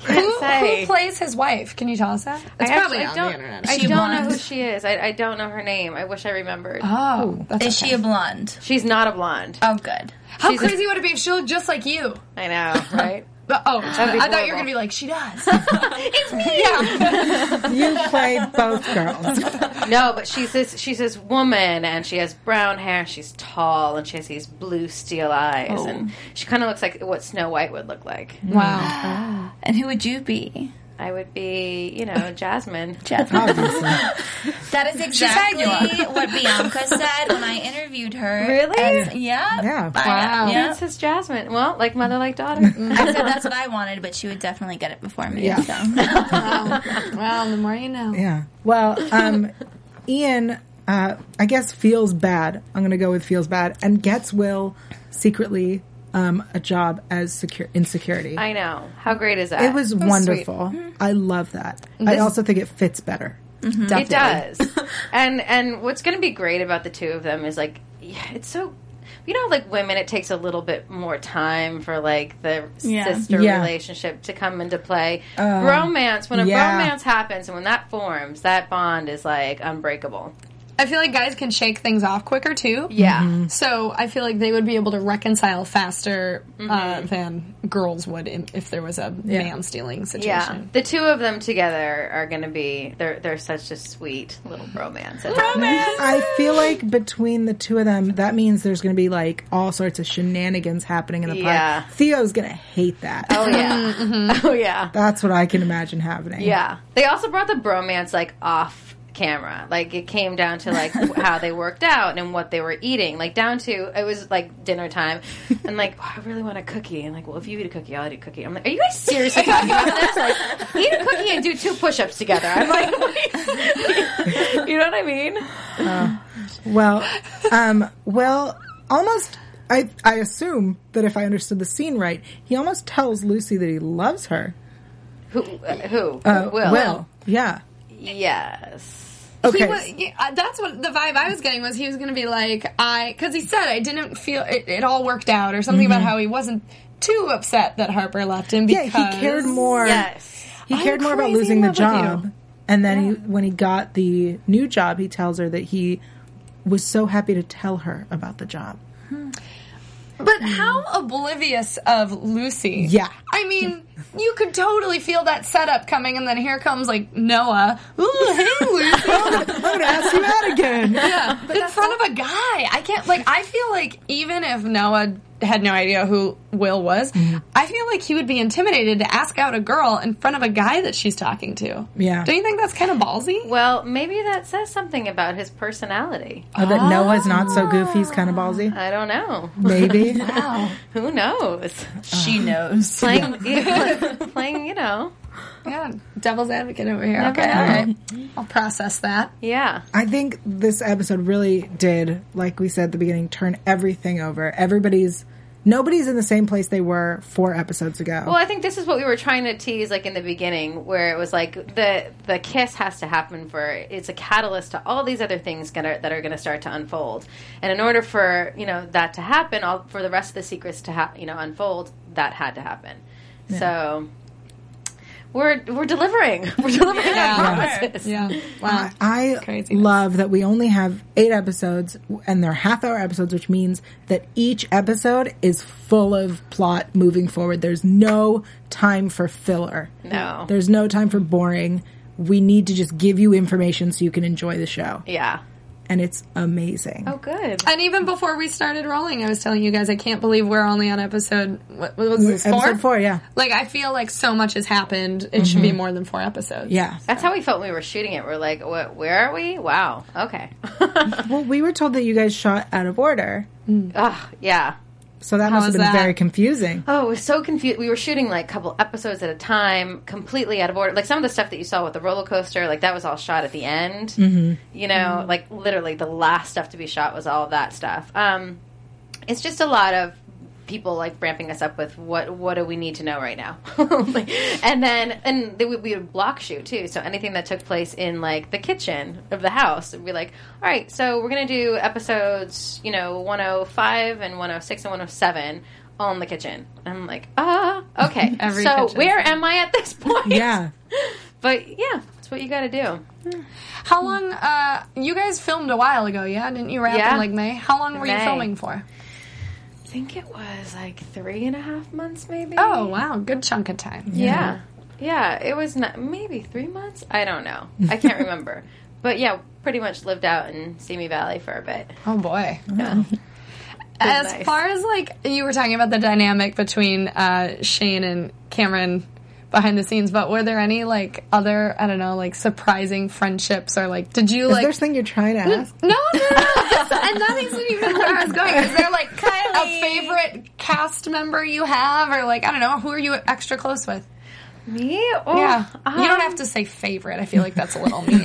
Speaker 7: Who,
Speaker 6: say.
Speaker 7: who plays his wife? Can you tell us that? It's
Speaker 6: actually-
Speaker 7: probably on
Speaker 6: don't,
Speaker 7: the internet.
Speaker 6: I
Speaker 4: She
Speaker 6: don't know
Speaker 4: blonde?
Speaker 6: who she is. I, I don't know her name. I wish I remembered.
Speaker 7: oh, that's
Speaker 4: Is she a blonde?
Speaker 6: She's not a blonde.
Speaker 4: Oh, good.
Speaker 7: How
Speaker 6: She's a-
Speaker 7: crazy would it be if she looked just like you?
Speaker 6: I know, right?
Speaker 7: But- Oh,
Speaker 6: be
Speaker 7: I thought you
Speaker 6: horrible.
Speaker 7: were gonna be like, she does. it's me. Yeah.
Speaker 2: You play both girls.
Speaker 6: no, but she's this she's this woman, and she has brown hair. She's tall, and she has these blue steel eyes, and she kind of looks like what Snow White would look like.
Speaker 7: Wow.
Speaker 4: And who would you be?
Speaker 6: I would be, you know, Jasmine.
Speaker 2: Obviously.
Speaker 4: That is exactly what Bianca said when I interviewed her.
Speaker 6: Really?
Speaker 4: As, yeah.
Speaker 2: Yeah.
Speaker 7: Wow.
Speaker 4: Yeah.
Speaker 6: This is Jasmine. Well, like mother, like daughter.
Speaker 4: I said that's what I wanted, but she would definitely get it before me.
Speaker 2: Yeah.
Speaker 4: So.
Speaker 7: Well, the more you know.
Speaker 2: Yeah. Well, um, Ian, uh, I guess feels bad. I'm going to go with feels bad and gets Will secretly um, a job as secure in security.
Speaker 6: I Oh, Mm-hmm. know. How great is that?
Speaker 2: it was wonderful. I love that. I also think it fits better.
Speaker 6: Mm-hmm. It does. and and what's going to be great about the two of them is like yeah, it's so you know like women it takes a little bit more time for like the
Speaker 4: Yeah.
Speaker 6: sister
Speaker 2: Yeah.
Speaker 6: relationship to come into play. romance when a
Speaker 2: yeah.
Speaker 6: romance happens and when that forms that bond is like unbreakable.
Speaker 7: I feel like guys can shake things off quicker too.
Speaker 6: Yeah.
Speaker 2: Mm-hmm.
Speaker 7: So I feel like they would be able to reconcile faster uh, than girls would in, if there was a man stealing
Speaker 6: Yeah,
Speaker 7: situation.
Speaker 6: the two of them together are going to be they're they're such a sweet little romance.
Speaker 2: I feel like between the two of them, that means there's going to be like all sorts of shenanigans happening in the park.
Speaker 6: Yeah.
Speaker 2: Theo's going to hate that.
Speaker 6: Oh yeah, oh yeah.
Speaker 2: That's what I can imagine happening.
Speaker 6: Yeah. They also brought the bromance like off camera. Like it came down to like w- how they worked out and what they were eating. Like down to it was like dinner time and like oh, I really want a cookie and like well if you eat a cookie I'll eat a cookie. I'm like are you guys seriously talking about this? Like eat a cookie and do two push-ups together. I'm like You know what I mean?
Speaker 2: Well, um, well, almost. I I assume that if I understood the scene right, he almost tells Lucy that he loves her.
Speaker 6: Who uh, who? Will.
Speaker 2: yeah.
Speaker 6: Yes.
Speaker 2: Okay.
Speaker 7: He was, yeah, uh, that's what the vibe I was getting was he was going to be like I because he said I didn't feel it, it all worked out or something about how he wasn't too upset that Harper left him
Speaker 2: Mm-hmm. yeah,
Speaker 7: because
Speaker 2: he cared more.
Speaker 6: Yes.
Speaker 2: He
Speaker 7: I'm
Speaker 2: cared more about
Speaker 7: crazy in
Speaker 2: losing the
Speaker 7: love with you.
Speaker 2: job. And then he, when he got the new job, he tells her that he was so happy to tell her about the job.
Speaker 7: But how oblivious of Lucy?
Speaker 2: Yeah.
Speaker 7: I mean, you could totally feel that setup coming, and then here comes like Noah. Ooh, hey Lucy.
Speaker 2: I'm going to ask you out again.
Speaker 7: yeah, in front of a guy. I can't like. I feel like even if Noah had no idea who Will was, I feel like he would be intimidated to ask out a girl in front of a guy that she's talking to.
Speaker 2: Yeah.
Speaker 7: Don't you think that's kind of ballsy?
Speaker 6: Well, maybe that says something about his personality.
Speaker 2: Oh, that Noah's not so goofy. He's kind of ballsy.
Speaker 6: I don't know.
Speaker 2: Maybe.
Speaker 6: Who knows?
Speaker 4: She knows.
Speaker 6: Playing, playing, you know.
Speaker 7: Yeah, devil's advocate over here.
Speaker 6: Never
Speaker 7: okay,
Speaker 6: know.
Speaker 7: all right. I'll process that.
Speaker 6: Yeah.
Speaker 2: I think this episode really did, like we said at the beginning, turn everything over. Everybody's nobody's in the same place they were four episodes ago.
Speaker 6: Well, I think this is what we were trying to tease, like in the beginning, where it was like the the kiss has to happen for it's a catalyst to all these other things gonna, that are going to start to unfold, and in order for you know that to happen, all for the rest of the secrets to ha- you know unfold, that had to happen. So we're we're delivering, we're delivering on promises.
Speaker 7: Yeah. Wow.
Speaker 2: I
Speaker 7: Craziness.
Speaker 2: love that we only have eight episodes and they're half hour episodes, which means that each episode is full of plot moving forward. There's no time for filler.
Speaker 6: No.
Speaker 2: There's no time for boring. We need to just give you information so you can enjoy the show.
Speaker 6: Yeah.
Speaker 2: And it's amazing.
Speaker 6: Oh, good.
Speaker 7: And even before we started rolling, I was telling you guys, I can't believe we're only on episode. What, what was this? Four?
Speaker 2: Episode four, yeah.
Speaker 7: Like, I feel like so much has happened. It should be more than four episodes.
Speaker 2: Yeah.
Speaker 6: That's how we felt when we were shooting it. We're like, what, where are we? Wow. Okay.
Speaker 2: Well, we were told that you guys shot out of order.
Speaker 6: Ugh, yeah.
Speaker 2: So that must have
Speaker 7: is
Speaker 2: been
Speaker 7: that?
Speaker 2: very confusing.
Speaker 6: Oh, it was so confused. We were shooting like a couple episodes at a time, completely out of order. Like some of the stuff that you saw with the roller coaster, like that was all shot at the end. Mm-hmm. You know, like literally the last stuff to be shot was all of that stuff. Um, it's just a lot of people like ramping us up with what what do we need to know right now Like, and then and they, would- we would block shoot too so anything that took place in like the kitchen of the house we'd be like all oh right so we're gonna do episodes you know 105 and 106 and 107 all in oh the kitchen. I'm like, ah, okay.
Speaker 7: Every
Speaker 6: so
Speaker 7: kitchen.
Speaker 6: where am I at this point?
Speaker 2: Yeah.
Speaker 6: But yeah, that's what you got to do.
Speaker 7: How long? Uh, you guys filmed a while ago, yeah? Didn't you wrap
Speaker 6: Yeah.
Speaker 7: in like May? How long were you
Speaker 6: May.
Speaker 7: filming for?
Speaker 6: I think it was like three and a half months, maybe.
Speaker 7: Oh wow, good chunk of time.
Speaker 6: yeah, yeah. It was not, maybe three months. I don't know. I can't remember. But yeah, pretty much lived out in Simi Valley for a bit.
Speaker 7: Oh boy.
Speaker 6: Yeah.
Speaker 7: As
Speaker 6: nice.
Speaker 7: far as like you were talking about the dynamic between uh, Shane and Cameron behind the scenes, but were there any like other I don't know like surprising friendships or like did you
Speaker 2: Is
Speaker 7: like
Speaker 2: there something you're trying to ask?
Speaker 7: no no no, no just, and that isn't even where I was going. Is there like a favorite cast member you have or like I don't know who are you extra close with?
Speaker 6: Me? Oh,
Speaker 7: Yeah, you don't
Speaker 6: um,
Speaker 7: have to say favorite. I feel like that's a little mean.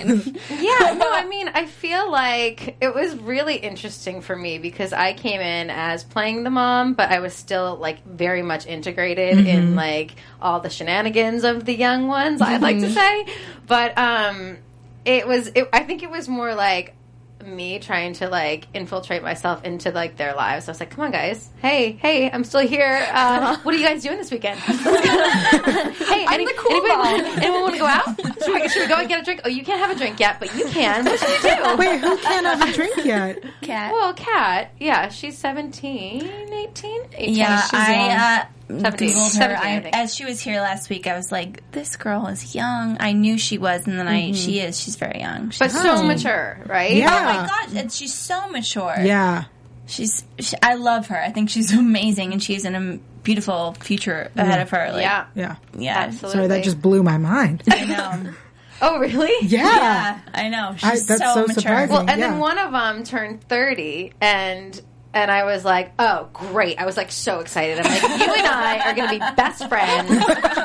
Speaker 6: yeah, no, I mean, I feel like it was really interesting for me because I came in as playing the mom, but I was still like very much integrated in like all the shenanigans of the young ones, I'd like to say. But um it was it, I think it was more like me trying to like infiltrate myself into like their lives. I was like, "Come on, guys! Hey, hey, I'm still here. Uh, what are you guys doing this weekend? hey, I'm
Speaker 7: the cool
Speaker 6: anyone, anyone want to go out? Should we, should we go and get a drink? Oh, you can't have a drink yet, but you can. What should we do?
Speaker 2: Wait, who can't have a drink yet?
Speaker 4: Cat.
Speaker 6: Well, Kat, yeah, she's 17, 18, 18.
Speaker 4: yeah,
Speaker 6: she's young.
Speaker 4: I uh,
Speaker 6: Seventeen.
Speaker 4: googled her.
Speaker 6: Seventeen, I
Speaker 4: I,
Speaker 6: think.
Speaker 4: as she was here last week, I was like, "This girl is young." I knew she was, and then I she is. She's very young. She's,
Speaker 6: but so mature, right?
Speaker 2: Yeah.
Speaker 4: oh my god, and she's so mature.
Speaker 2: Yeah.
Speaker 4: she's. She, I love her. I think she's amazing, and she has a beautiful future ahead of her. Like,
Speaker 6: Yeah,
Speaker 2: Yeah.
Speaker 4: yeah,
Speaker 6: absolutely.
Speaker 2: Sorry, that just blew my mind.
Speaker 4: I know.
Speaker 6: Oh, really?
Speaker 2: Yeah.
Speaker 4: Yeah, I know. She's
Speaker 2: I- that's so
Speaker 4: so, mature.
Speaker 2: surprising.
Speaker 6: Well, and
Speaker 2: Yeah.
Speaker 6: then one of them turned 30 and and I was like, "Oh, great." I was like so excited. I'm like, "You and I are going to be best friends.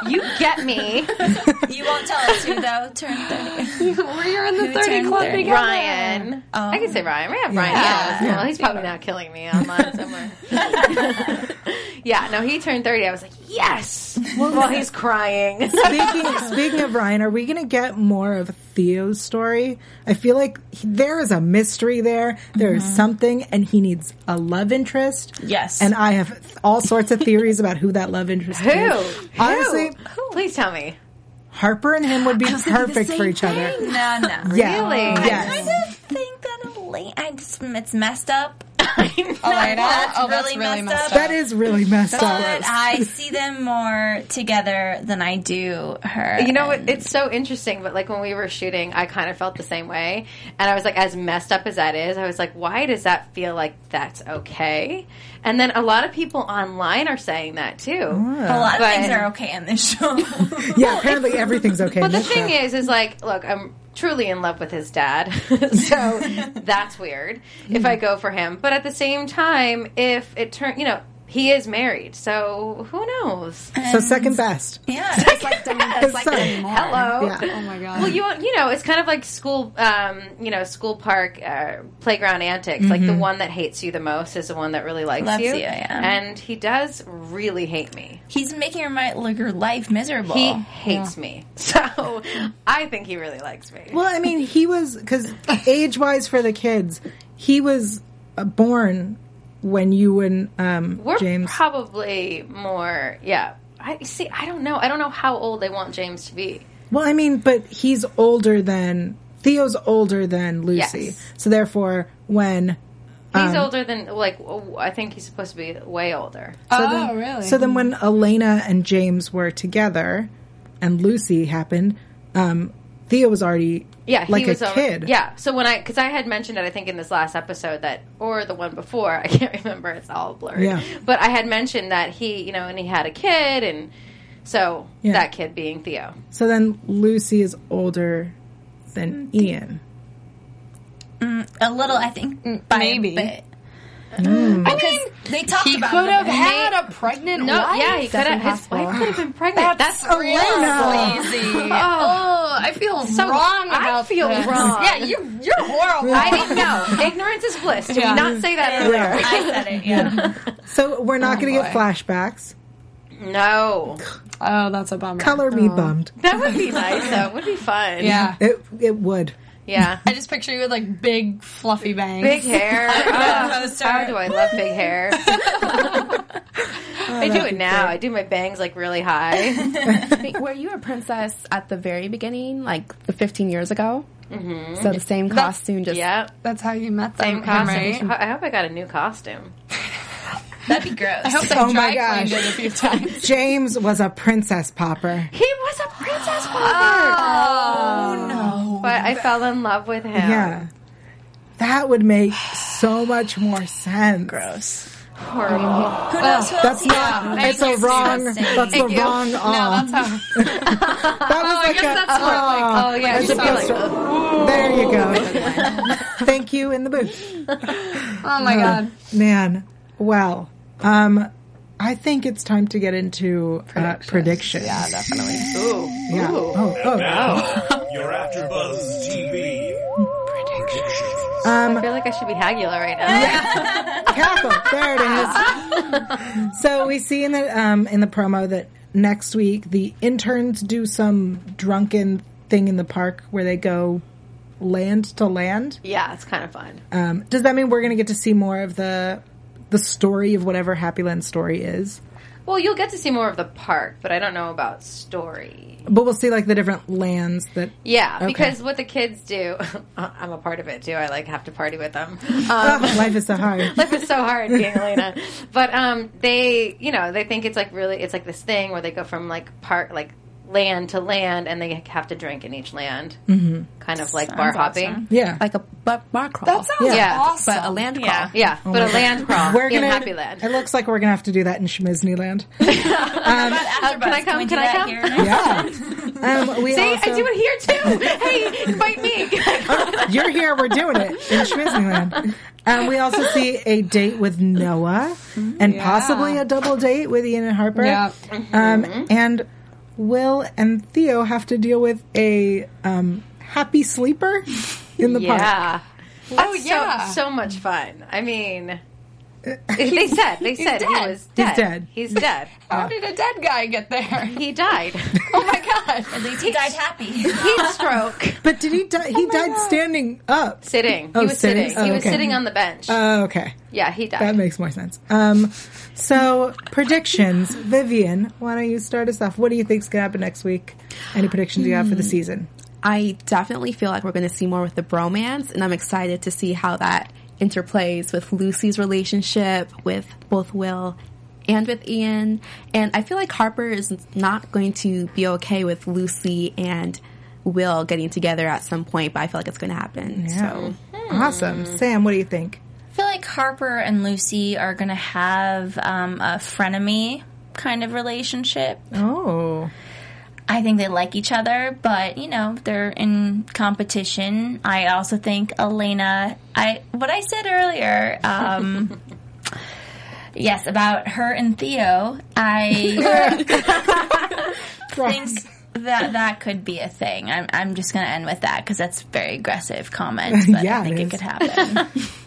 Speaker 6: You get me,
Speaker 4: You won't tell us who though turned thirty.
Speaker 7: We're in the
Speaker 4: Who
Speaker 7: thirty
Speaker 4: turned
Speaker 7: club
Speaker 4: 30?
Speaker 7: together.
Speaker 6: Ryan." I can say Ryan. We have Ryan. Um, Yeah. Well, he's probably now killing me online somewhere. yeah, no, he turned 30. I was like, "Yes." Well, he's crying.
Speaker 2: speaking, speaking of Ryan, are we going to get more of Theo's story? I feel like he, there is a mystery there. There is something, and he needs a love interest.
Speaker 4: Yes.
Speaker 2: And I have all sorts of theories about who that love interest
Speaker 6: Who?
Speaker 2: is. Honestly,
Speaker 6: Who? Please tell me.
Speaker 2: Harper and him would be perfect for each other.
Speaker 4: No, no.
Speaker 2: Yeah.
Speaker 6: Really?
Speaker 4: I
Speaker 2: Yes.
Speaker 4: just think that Elaine, I just, it's messed up.
Speaker 7: Right?
Speaker 4: That's
Speaker 7: Oh,
Speaker 4: really messed up.
Speaker 2: That is really messed
Speaker 4: But
Speaker 2: up.
Speaker 4: I see them more together than I do her.
Speaker 6: You know,
Speaker 4: and-
Speaker 6: it, it's so interesting, but like when we were shooting, I kind of felt the same way. And I was like, as messed up as that is, I was like, why does that feel like that's okay? And then a lot of people online are saying that too.
Speaker 4: a lot of
Speaker 6: but-
Speaker 4: things are okay in this show.
Speaker 2: Yeah, apparently everything's okay.
Speaker 6: But the thing is, is like, look, I'm truly in love with his dad, so that's weird if I go for him. But at the same time, if it turn, you know, he is married, so who knows?
Speaker 2: so second best.
Speaker 4: yeah,
Speaker 5: It's like the- it's like
Speaker 2: Sorry.
Speaker 5: anymore.
Speaker 6: Hello.
Speaker 2: Yeah.
Speaker 7: Oh my god.
Speaker 6: Well, you you know, it's kind of like school, um, you know, school park uh, playground antics. Like the one that hates you the most is the one that really likes
Speaker 4: Mm-hmm. Loves
Speaker 6: you.
Speaker 4: you, yeah.
Speaker 6: And he does really hate me.
Speaker 4: he's making her my, like, her life miserable.
Speaker 6: He hates me. So I think he really likes me.
Speaker 2: Well, I mean, he was because age-wise for the kids, he was uh, born when you and um,
Speaker 6: We're
Speaker 2: James.
Speaker 6: probably more. Yeah. I see. I don't know. I don't know how old they want James to be.
Speaker 2: well, I mean, but he's older than Theo's older than Lucy,
Speaker 6: Yes.
Speaker 2: so therefore, when Um,
Speaker 6: He's older than like w- I think he's supposed to be way older.
Speaker 2: Uh,
Speaker 7: oh really?
Speaker 2: so then when Elena and James were together, and Lucy happened, um, Theo was already
Speaker 6: Yeah,
Speaker 2: like
Speaker 6: he was
Speaker 2: a
Speaker 6: over-
Speaker 2: kid.
Speaker 6: Yeah, so when I because I had mentioned it, I think in this last episode that or the one before, I can't remember. It's all blurred.
Speaker 2: Yeah.
Speaker 6: but I had mentioned that he, you know, and he had a kid, and so
Speaker 2: Yeah.
Speaker 6: that kid being Theo.
Speaker 2: So then Lucy is older than Ian.
Speaker 4: a little, I think, by
Speaker 7: Mm, maybe. Mm.
Speaker 4: A bit. Because they talked
Speaker 7: he
Speaker 4: about
Speaker 7: could have
Speaker 4: them.
Speaker 7: had a pregnant
Speaker 6: No,
Speaker 7: wife.
Speaker 6: yeah, he could have. His wife could have been pregnant. That's,
Speaker 7: really crazy. oh, I feel so wrong
Speaker 6: I
Speaker 7: about
Speaker 6: feel
Speaker 7: this.
Speaker 6: wrong.
Speaker 7: Yeah, you you're horrible.
Speaker 6: I didn't know. Ignorance is bliss. Did
Speaker 7: Yeah.
Speaker 6: we not say that
Speaker 4: Yeah,
Speaker 6: earlier?
Speaker 4: I said it. Yeah,
Speaker 2: So we're not going to get
Speaker 7: Oh, boy.
Speaker 2: flashbacks.
Speaker 6: No,
Speaker 7: Oh, that's a bummer.
Speaker 2: Color me bummed.
Speaker 6: that would be nice though. It would be fun.
Speaker 7: Yeah.
Speaker 2: It it would.
Speaker 6: yeah.
Speaker 7: I just picture you with like big fluffy bangs.
Speaker 6: Big hair. Oh,
Speaker 4: poster.
Speaker 6: how do I love big hair? I do it now. I do my bangs like really high.
Speaker 5: Wait, Were you a princess at the very beginning, like the 15 years ago? Mm-hmm. So the same costume, just
Speaker 6: yep.
Speaker 7: That's how you met them.
Speaker 6: Same costume.
Speaker 7: Right?
Speaker 6: I I hope I got a new costume.
Speaker 4: That'd be gross.
Speaker 7: I hope they
Speaker 2: Oh my
Speaker 7: dry
Speaker 2: gosh.
Speaker 7: cleaned it a few times.
Speaker 2: James was a princess popper.
Speaker 6: He was a princess popper.
Speaker 4: no.
Speaker 6: Oh, But I fell in love with him.
Speaker 2: Yeah. That would make so much more sense. Gross.
Speaker 6: Horrible.
Speaker 4: Who knows who
Speaker 2: That's
Speaker 4: else?
Speaker 2: not. Uh, It's a wrong. That's the
Speaker 6: you.
Speaker 2: wrong.
Speaker 7: No,
Speaker 2: uh,
Speaker 7: that's how.
Speaker 2: that was
Speaker 7: Oh, I
Speaker 2: like
Speaker 7: guess
Speaker 2: a.
Speaker 7: that's more like. Oh
Speaker 2: as
Speaker 7: yeah, you saw
Speaker 2: opposed
Speaker 7: it.
Speaker 2: to- there you go. Thank you in the booth,
Speaker 7: Oh my god.
Speaker 2: man. Well, um, I think it's time to get into predictions. Uh, predictions. Yeah,
Speaker 7: definitely.
Speaker 6: Ooh.
Speaker 2: Oh, oh.
Speaker 1: Now, your After Buzz TV.
Speaker 6: I feel like I should be Hagula right now.
Speaker 2: oh, Careful. There it is. so we see in the um, in the promo that next week the interns do some drunken thing in the park where they go land to land.
Speaker 6: Yeah, it's kind of fun.
Speaker 2: Um, does that mean we're going to get to see more of the the story of whatever Happy Land story is?
Speaker 6: Well, you'll get to see more of the park, but I don't know about story.
Speaker 2: But we'll see like the different lands that
Speaker 6: Yeah, because what the kids do, I'm a part of it too. I like have to party with them. Um,
Speaker 2: oh, life is so hard.
Speaker 6: life is so hard being Elena. But um, they, you know, they think it's like really, it's like this thing where they go from like part, like land to land, and they have to drink in each land, mm-hmm. kind of like bar hopping.
Speaker 2: Yeah.
Speaker 5: like a bar, bar crawl.
Speaker 7: That sounds
Speaker 6: Yeah.
Speaker 7: awesome.
Speaker 5: but a land crawl.
Speaker 4: Yeah.
Speaker 6: Yeah, but a land crawl
Speaker 2: Oh we're
Speaker 6: in
Speaker 2: gonna,
Speaker 6: Happy Land.
Speaker 2: It looks like we're gonna have to do that in Schmizneyland.
Speaker 4: Can
Speaker 6: I come?
Speaker 4: we do
Speaker 6: Uh, Can I
Speaker 4: that
Speaker 6: come?
Speaker 4: here?
Speaker 2: Yeah. Um, we
Speaker 6: See,
Speaker 2: also, Oh,
Speaker 6: I do it here too. hey, invite me.
Speaker 2: You're here. We're doing it in Schmizneyland. Um, we also see a date with Noah and possibly a double date with Ian and Harper.
Speaker 7: Yeah.
Speaker 6: Mm-hmm.
Speaker 2: Um, and Will and Theo have to deal with a um, happy sleeper in the park.
Speaker 6: yeah. That's
Speaker 7: Oh, yeah.
Speaker 6: so, so much fun. I mean, they said they said he
Speaker 7: dead.
Speaker 6: was dead.
Speaker 2: dead.
Speaker 6: He's dead.
Speaker 7: How did a dead guy get there?
Speaker 6: He died.
Speaker 7: Oh my god.
Speaker 4: At least he died happy.
Speaker 6: Heat stroke.
Speaker 2: But did he? Di-
Speaker 6: Oh
Speaker 2: he died standing up.
Speaker 6: Sitting.
Speaker 2: Oh,
Speaker 6: he was sitting.
Speaker 2: sitting. Oh,
Speaker 6: He was
Speaker 2: okay.
Speaker 6: sitting on the bench.
Speaker 2: Oh, okay,
Speaker 6: yeah, he died.
Speaker 2: that makes more sense. Um, so predictions, Vivian. Why don't you start us off? What do you think's gonna happen next week? Any predictions you have for the season?
Speaker 5: I definitely feel like we're going to see more with the bromance, and I'm excited to see how that interplays with Lucy's relationship with both Will and with Ian. And I feel like Harper is not going to be okay with Lucy and Will getting together at some point, but I feel like it's going to happen.
Speaker 2: Oh.
Speaker 5: So
Speaker 2: Awesome, Sam. What do you think?
Speaker 4: I feel like Harper and Lucy are gonna have um, a frenemy kind of relationship.
Speaker 2: Oh,
Speaker 4: I think they like each other, but you know they're in competition. I also think Elena. I what I said earlier. Um, yes, about her and Theo. I think that that could be a thing. I'm I'm just going to end with that because that's a very aggressive comment. But
Speaker 2: Yeah,
Speaker 4: I
Speaker 2: it
Speaker 4: think it,
Speaker 2: is.
Speaker 4: could happen.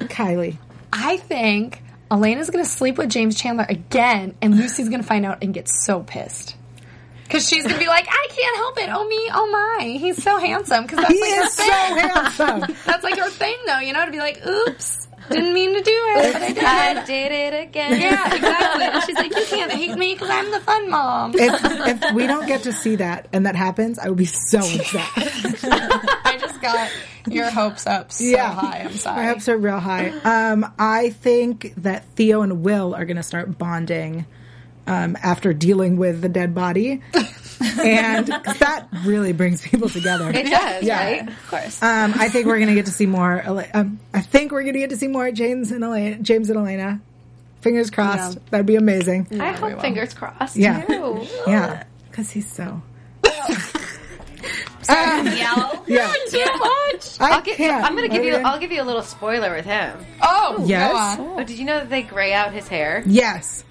Speaker 2: Kylie.
Speaker 7: I think Elena's gonna sleep with James Chandler again, and Lucy's gonna find out and get so pissed. Cause she's gonna be like, I can't help it. Oh me, oh my, he's so handsome. Cause that's
Speaker 2: He
Speaker 7: like her
Speaker 2: is so
Speaker 7: thing.
Speaker 2: handsome.
Speaker 7: That's like her thing, though. You know, to be like, oops, didn't mean to do it. but I did.
Speaker 6: I did it again.
Speaker 7: Yeah, exactly. And she's like, you can't hate me because I'm the fun mom.
Speaker 2: If, if we don't get to see that and that happens, I will be so upset.
Speaker 7: I just got your hopes up so
Speaker 2: Yeah.
Speaker 7: high. I'm sorry.
Speaker 2: My hopes are real high. Um, I think that Theo and Will are going to start bonding um, after dealing with the dead body, and 'cause that really brings people together.
Speaker 6: It does,
Speaker 2: Yeah.
Speaker 6: right?
Speaker 4: of course.
Speaker 2: Um, I think we're going to get to see more. Ele- Um, I think we're going to get to see more James and Elena. James and Elena. Fingers crossed.
Speaker 7: Yeah.
Speaker 2: That'd be amazing.
Speaker 6: I hope fingers crossed.
Speaker 2: Yeah.
Speaker 6: too.
Speaker 2: Yeah, because he's so.
Speaker 4: Yell.
Speaker 2: Yeah,
Speaker 4: Yeah.
Speaker 2: I
Speaker 6: I'll give,
Speaker 2: can't.
Speaker 6: I'm gonna give
Speaker 2: Are
Speaker 6: you.
Speaker 2: we-
Speaker 6: I'll give you a little spoiler with him.
Speaker 7: Oh,
Speaker 2: Yes.
Speaker 7: go on.
Speaker 6: Oh, did you know that they gray out his hair?
Speaker 2: Yes.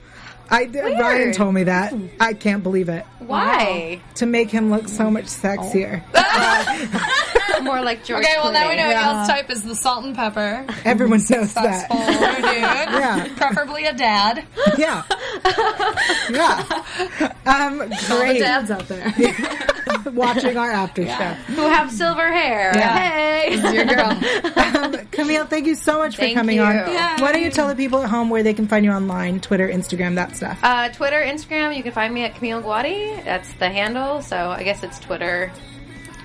Speaker 2: I Ryan told me that. I can't believe it.
Speaker 6: Why?
Speaker 2: To make him look so much sexier.
Speaker 7: Oh.
Speaker 6: More like George.
Speaker 7: Okay, well, now we know
Speaker 6: Clooney.
Speaker 7: what Elle's type is the salt and pepper.
Speaker 2: Everyone knows that.
Speaker 7: Successful dude.
Speaker 2: Yeah.
Speaker 7: Preferably a dad.
Speaker 2: Yeah. Yeah. Um, great.
Speaker 7: out there.
Speaker 2: watching our after show.
Speaker 6: who have silver hair. Hey,
Speaker 7: Your girl.
Speaker 2: Um, Camille, thank you so much for
Speaker 6: Thank
Speaker 2: coming on.
Speaker 6: you. Yay.
Speaker 2: Why don't you tell the people at home where they can find you online, Twitter, Instagram, that stuff.
Speaker 6: Uh, Twitter, Instagram. You can find me at Camille Guadi. That's the handle. So I guess it's Twitter,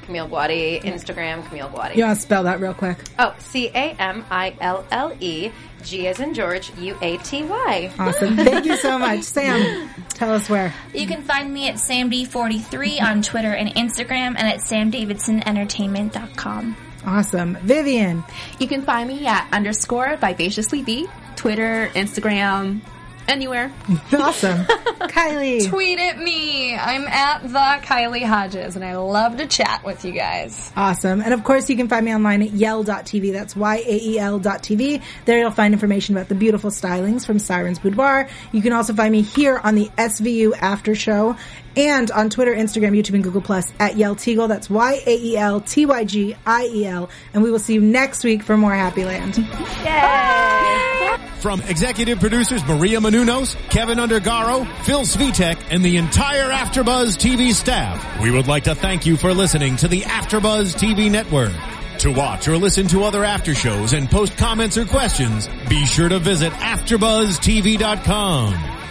Speaker 6: Camille Guadi. Instagram, Camille Guadi.
Speaker 2: you want to spell that real quick?
Speaker 6: Oh, C A M I L L E G as in George U A T Y.
Speaker 2: Awesome. Thank you so much. Sam, tell us where.
Speaker 4: You can find me at SamD43 on Twitter and Instagram and at SamDavidsonEntertainment.com.
Speaker 2: Awesome. Vivian.
Speaker 5: You can find me at underscore vivaciously B, Twitter, Instagram, anywhere.
Speaker 2: Awesome. Kylie.
Speaker 7: Tweet at me. I'm at the Kylie Hodges, and I love to chat with you guys.
Speaker 2: Awesome. And of course, you can find me online at yell.tv. That's Y-A-E-L dot TV. There you'll find information about the beautiful stylings from Sirens Boudoir. You can also find me here on the SVU After Show and on Twitter, Instagram, YouTube, and Google Plus at Yell Teagle. That's E Y-A-E-L-T-Y-G-I-E-L. E And we will see you next week for more Happy Land.
Speaker 1: From executive producers Maria Manunos, Kevin Undergaro, Phil Svitek, and the entire Afterbuzz TV staff, we would like to thank you for listening to the Afterbuzz TV network. To watch or listen to other after shows and post comments or questions, be sure to visit AfterbuzzTV.com.